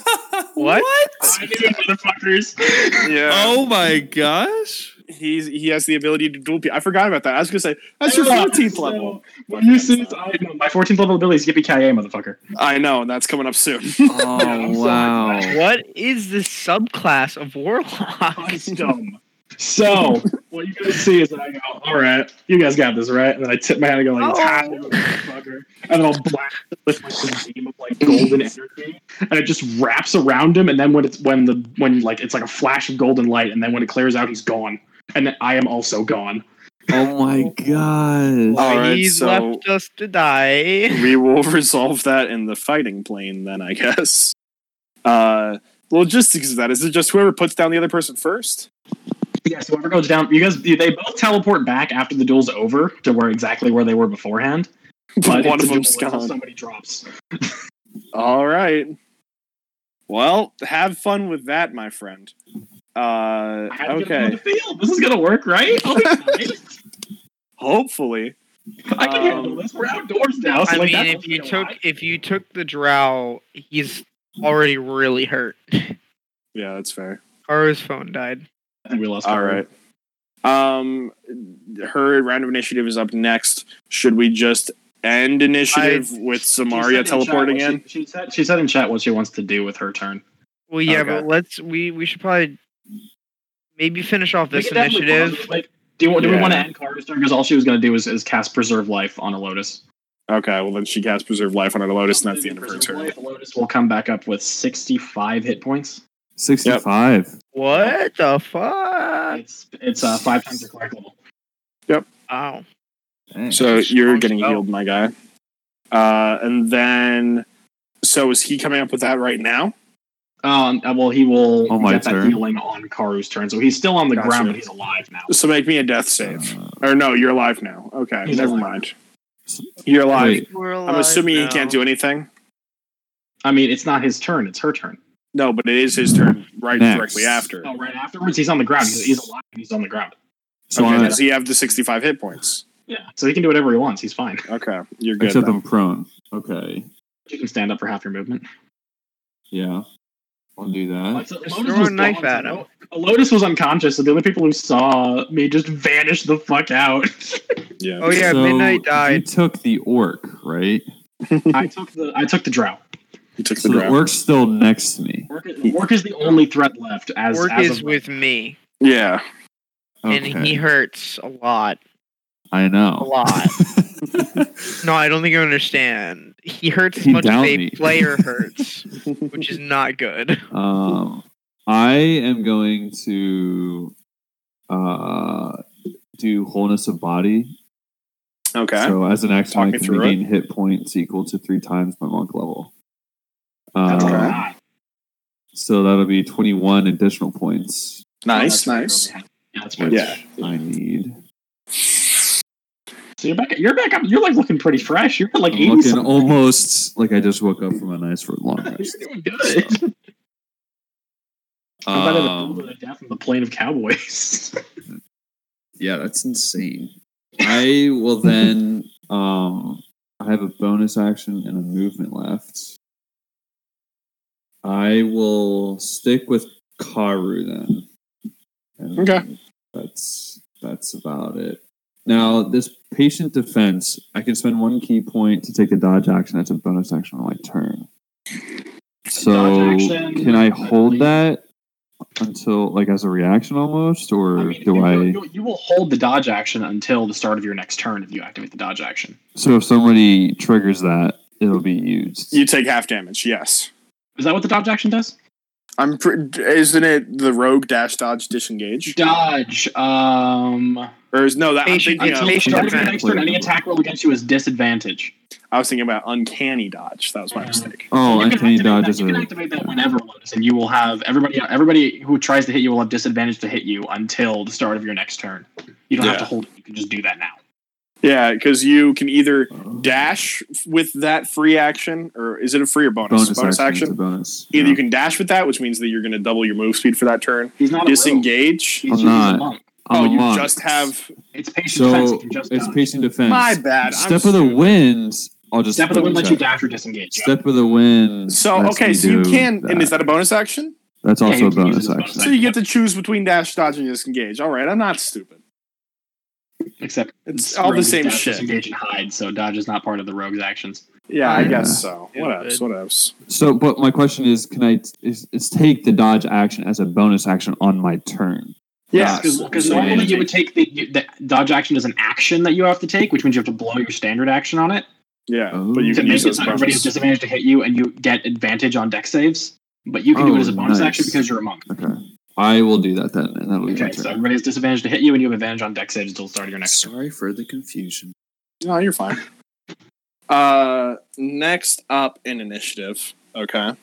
What? I knew it, motherfuckers. yeah. Oh my gosh. he's he has the ability to duel. Pe- I forgot about that. I was gonna say that's your Yeah, fourteenth so- level. Well, you see, I, no, my 14th level ability is Yippee Ki Yay, motherfucker. I know, and that's coming up soon. Oh wow. What is this subclass of warlock? Ice Dome. So, what you guys see is that I go, all right, you guys got this, right? And then I tip my hand and go, like, Oh. "Time, motherfucker. And then I'll blast it with like, this beam of, like, golden energy. And it just wraps around him. And then when it's, when the, when, like, it's like a flash of golden light. And then when it clears out, he's gone. And then I am also gone. Oh my gosh. All right, He's so- left us to die. we will resolve that in the fighting plane, then I guess. Uh, logistics of that is it just whoever puts down the other person first? Yeah, so whoever goes down, you guys, they both teleport back after the duel's over to where exactly where they were beforehand. But one it's of a them's duel until gone. Somebody drops. All right. Well, have fun with that, my friend. Uh, I had to get okay. him on the field. This is gonna work, right? I'll be fine. Hopefully, I can handle Um, this. We're outdoors now. So I like, mean, that's if you gonna took lie. if you took the drow, he's already really hurt. yeah, that's fair. Karo's phone died. and we lost. All power. right. Um, her round of initiative is up next. Should we just end initiative with She Samaria said in chat what teleporting she- in? She, said she said in chat what she wants to do with her turn. Well, yeah, Okay. but let's we we should probably maybe finish off We this could definitely pause initiative. it, Like, do you, want- do we Yeah. want to end Kara's turn? Because all she was gonna do is, is cast Preserve Life on a Lotus. Okay, well then she casts Preserve Life on a Lotus, and that's the end of her Preserve turn. Life, Lotus will come back up with sixty-five hit points. 65. What the fuck? It's it's uh, five times her cleric level. Ow. Dang. So you're Strong getting spell. healed, my guy. Uh, and then, so is he coming up with that right now? Um, uh, well, he will On my get that turn. healing on Karu's turn, so he's still on the Gotcha. ground, but he's alive now. So make me a death save. Uh, Or no, you're alive now. Okay, He's never alive. mind. You're alive. Wait. I'm assuming he can't do anything. I mean, it's not his turn; it's her turn. No, but it is his turn right Next. directly after. Oh, right afterwards, he's on the ground. He's, he's alive. and He's on the ground. So okay, I'm- does he have the 65 hit points? Yeah, so he can do whatever he wants. He's fine. Okay, you're good. except then. I'm prone. Okay. You can stand up for half your movement. Yeah. I'll do that. So Just Lotus throw a was knife gone, at so him. Lo- Lotus was unconscious, so the only people who saw me just vanished the fuck out. Yeah. Oh yeah, So midnight You died. took the orc, right? I took the I took the drow. He took the So the draft. orc's still next to me. Orc, orc is the only threat left. As Work as is of- with me, Yeah. and he Okay. hurts a lot. I A know. lot. No, I don't think you understand. He hurts as He much as downed a me. player hurts, which is not good. um, I am going to uh, do wholeness of body. Okay. So as an action, Talk I me can through regain hit points equal to three times my monk level. That's Um, what I got. So that'll be 21 additional points Nice, Oh, nice. that's right, Yeah, that's which right. Yeah. I need. So you're back. You're back up. You're like looking pretty fresh. You're at, like I'm eighty. looking something. almost like I just woke up from a nice long rest. You're doing good. How about the Um, pool of the death on the plane of cowboys? yeah, that's insane. I will then. Um, I have a bonus action and a movement left. I will stick with Karu then. And Okay. That's that's about it. Now this patient defense, I can spend one key point to take a dodge action. That's a bonus action on my turn. So Dodge action, can I hold believe- that until like as a reaction almost, or I mean, Um, do you, I? you, you will hold the dodge action until the start of your next turn if you activate the dodge action. So if somebody triggers that, it'll be used. You take half damage. Yes. Is that what the dodge action does? I'm. Pre- isn't it the rogue dash dodge disengage? Dodge. Um. Or is no? That I'm Patient- thinking of, Until the patient start of your next turn, any advantage. attack roll against you is disadvantage. I was thinking about uncanny dodge. That was my mistake. oh, you can uncanny activate dodge that- is You can a activate that whenever, Lotus, and you will have everybody. Everybody who tries to hit you will have disadvantage to hit you until the start of your next turn. You don't have Yeah. to hold it. You can just do that now. Yeah, because you can either dash with that free action, or is it a free or bonus? bonus, Bonus, action. action. is a bonus. Either Yeah. you can dash with that, which means that you're going to double your move speed for that turn. He's not a rogue. Disengage. He's I'm just not. a monk. I'm oh, a you monk. just have. It's patient defense. so You can just it's dodge. patient defense. My bad. I'm Step of the stupid. wind. I'll just Step of the wind lets double you check. dash or disengage. yeah. Step of the wind. So lets okay, me so you do can, and is that a bonus action? That's Yeah, also you a can use bonus it as a action. bonus So you get to choose between dash dodge and disengage. All right, I'm not stupid. Except It's all the rogues same dash, shit. Disengage and hide. So dodge is not part of the rogue's actions. Yeah, I Yeah. guess so. Yeah, What else? good. What else? So, but my question is, can I? Is, is take the dodge action as a bonus action on my turn? Yeah, Because so normally you- you would take the, you- the dodge action as an action that you have to take, which means you have to blow your standard action on it. yeah. Oh. But you to can make use it those so everybody has bonus. disadvantage to hit you and you get advantage on deck saves. But you can do Oh, it as a bonus nice. action because you're a monk. Okay, I will do that then, and that'll be my Okay, turn. so everybody has disadvantage to hit you and you have advantage on deck saves until the start of your next turn. Sorry for the confusion. No, you're fine. Uh, next up in initiative, okay,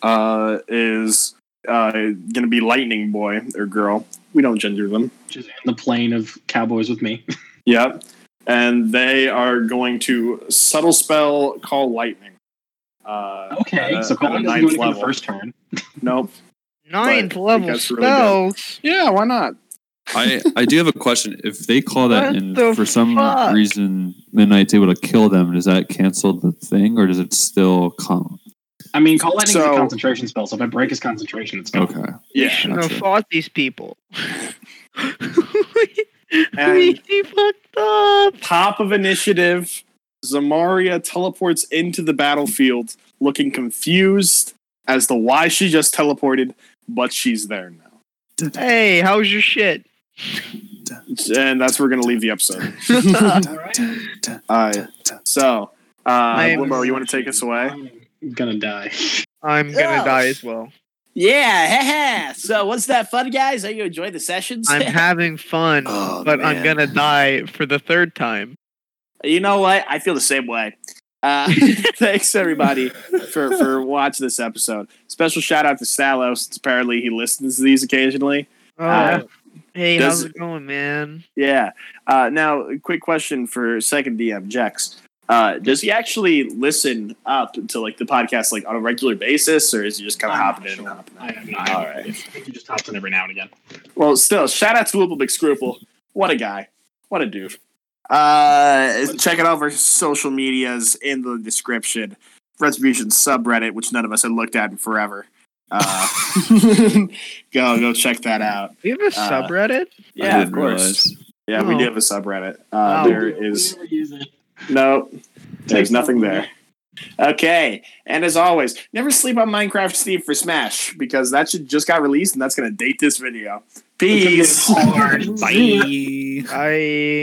uh, is uh gonna be Lightning Boy or girl. We don't gender them. Which is in the plane of cowboys with me. Yep. And they are going to subtle spell call lightning. Uh, Okay, Uh, so at a Colin doesn't do ninth anything on the level. first turn. nope. Ninth But I think level that's really good. spells. Yeah, why not? I I do have a question. If If they call that What and the for some fuck? reason Midnight's able to kill them, does that cancel the thing or does it still come? I mean, Call Lightning is So- a concentration spell, so if I break his concentration, it's gone. Okay. we Yeah. shouldn't that's have it. fought these people. we, And- we fucked up. Top of initiative, Zamaria teleports into the battlefield looking confused as to why she just teleported, but she's there now. Hey, how's your shit? And that's where we're going to leave the episode. All right. So, uh, I am- Limbo, you want to take us away? I'm gonna die. I'm gonna Yes. die as well. Yeah, so what's that fun, guys? Are you enjoying the sessions? I'm having fun, Oh, but I'm man. gonna die for the third time. Uh, you know what? I feel the same way. Uh, Thanks everybody for for watching this episode. Special shout out to Salos. since Apparently, he listens to these occasionally. Oh, Uh, hey, does- how's it going, man? Yeah. Uh, now, a quick question for second DM Jex. Uh, does he actually listen up to like the podcast like on a regular basis, or is he just kind of I'm hopping not in? and sure. hopping out? I am not. All right. I think he just hops in every now and again. Well, still, shout out to Whoople Big Scruple. What a guy. What a dude. Uh, check out all of our social medias in the description. Retribution subreddit, which none of us had looked at in forever. Uh, go go check that out. We have a uh, subreddit. Yeah, of didn't course. realize. Yeah, we Oh. do have a subreddit. Uh, Oh. There is no, there's nothing there. Okay, and as always, never sleep on Minecraft Steve for Smash because that shit just got released and that's gonna date this video. Peace. Hard. Bye. I.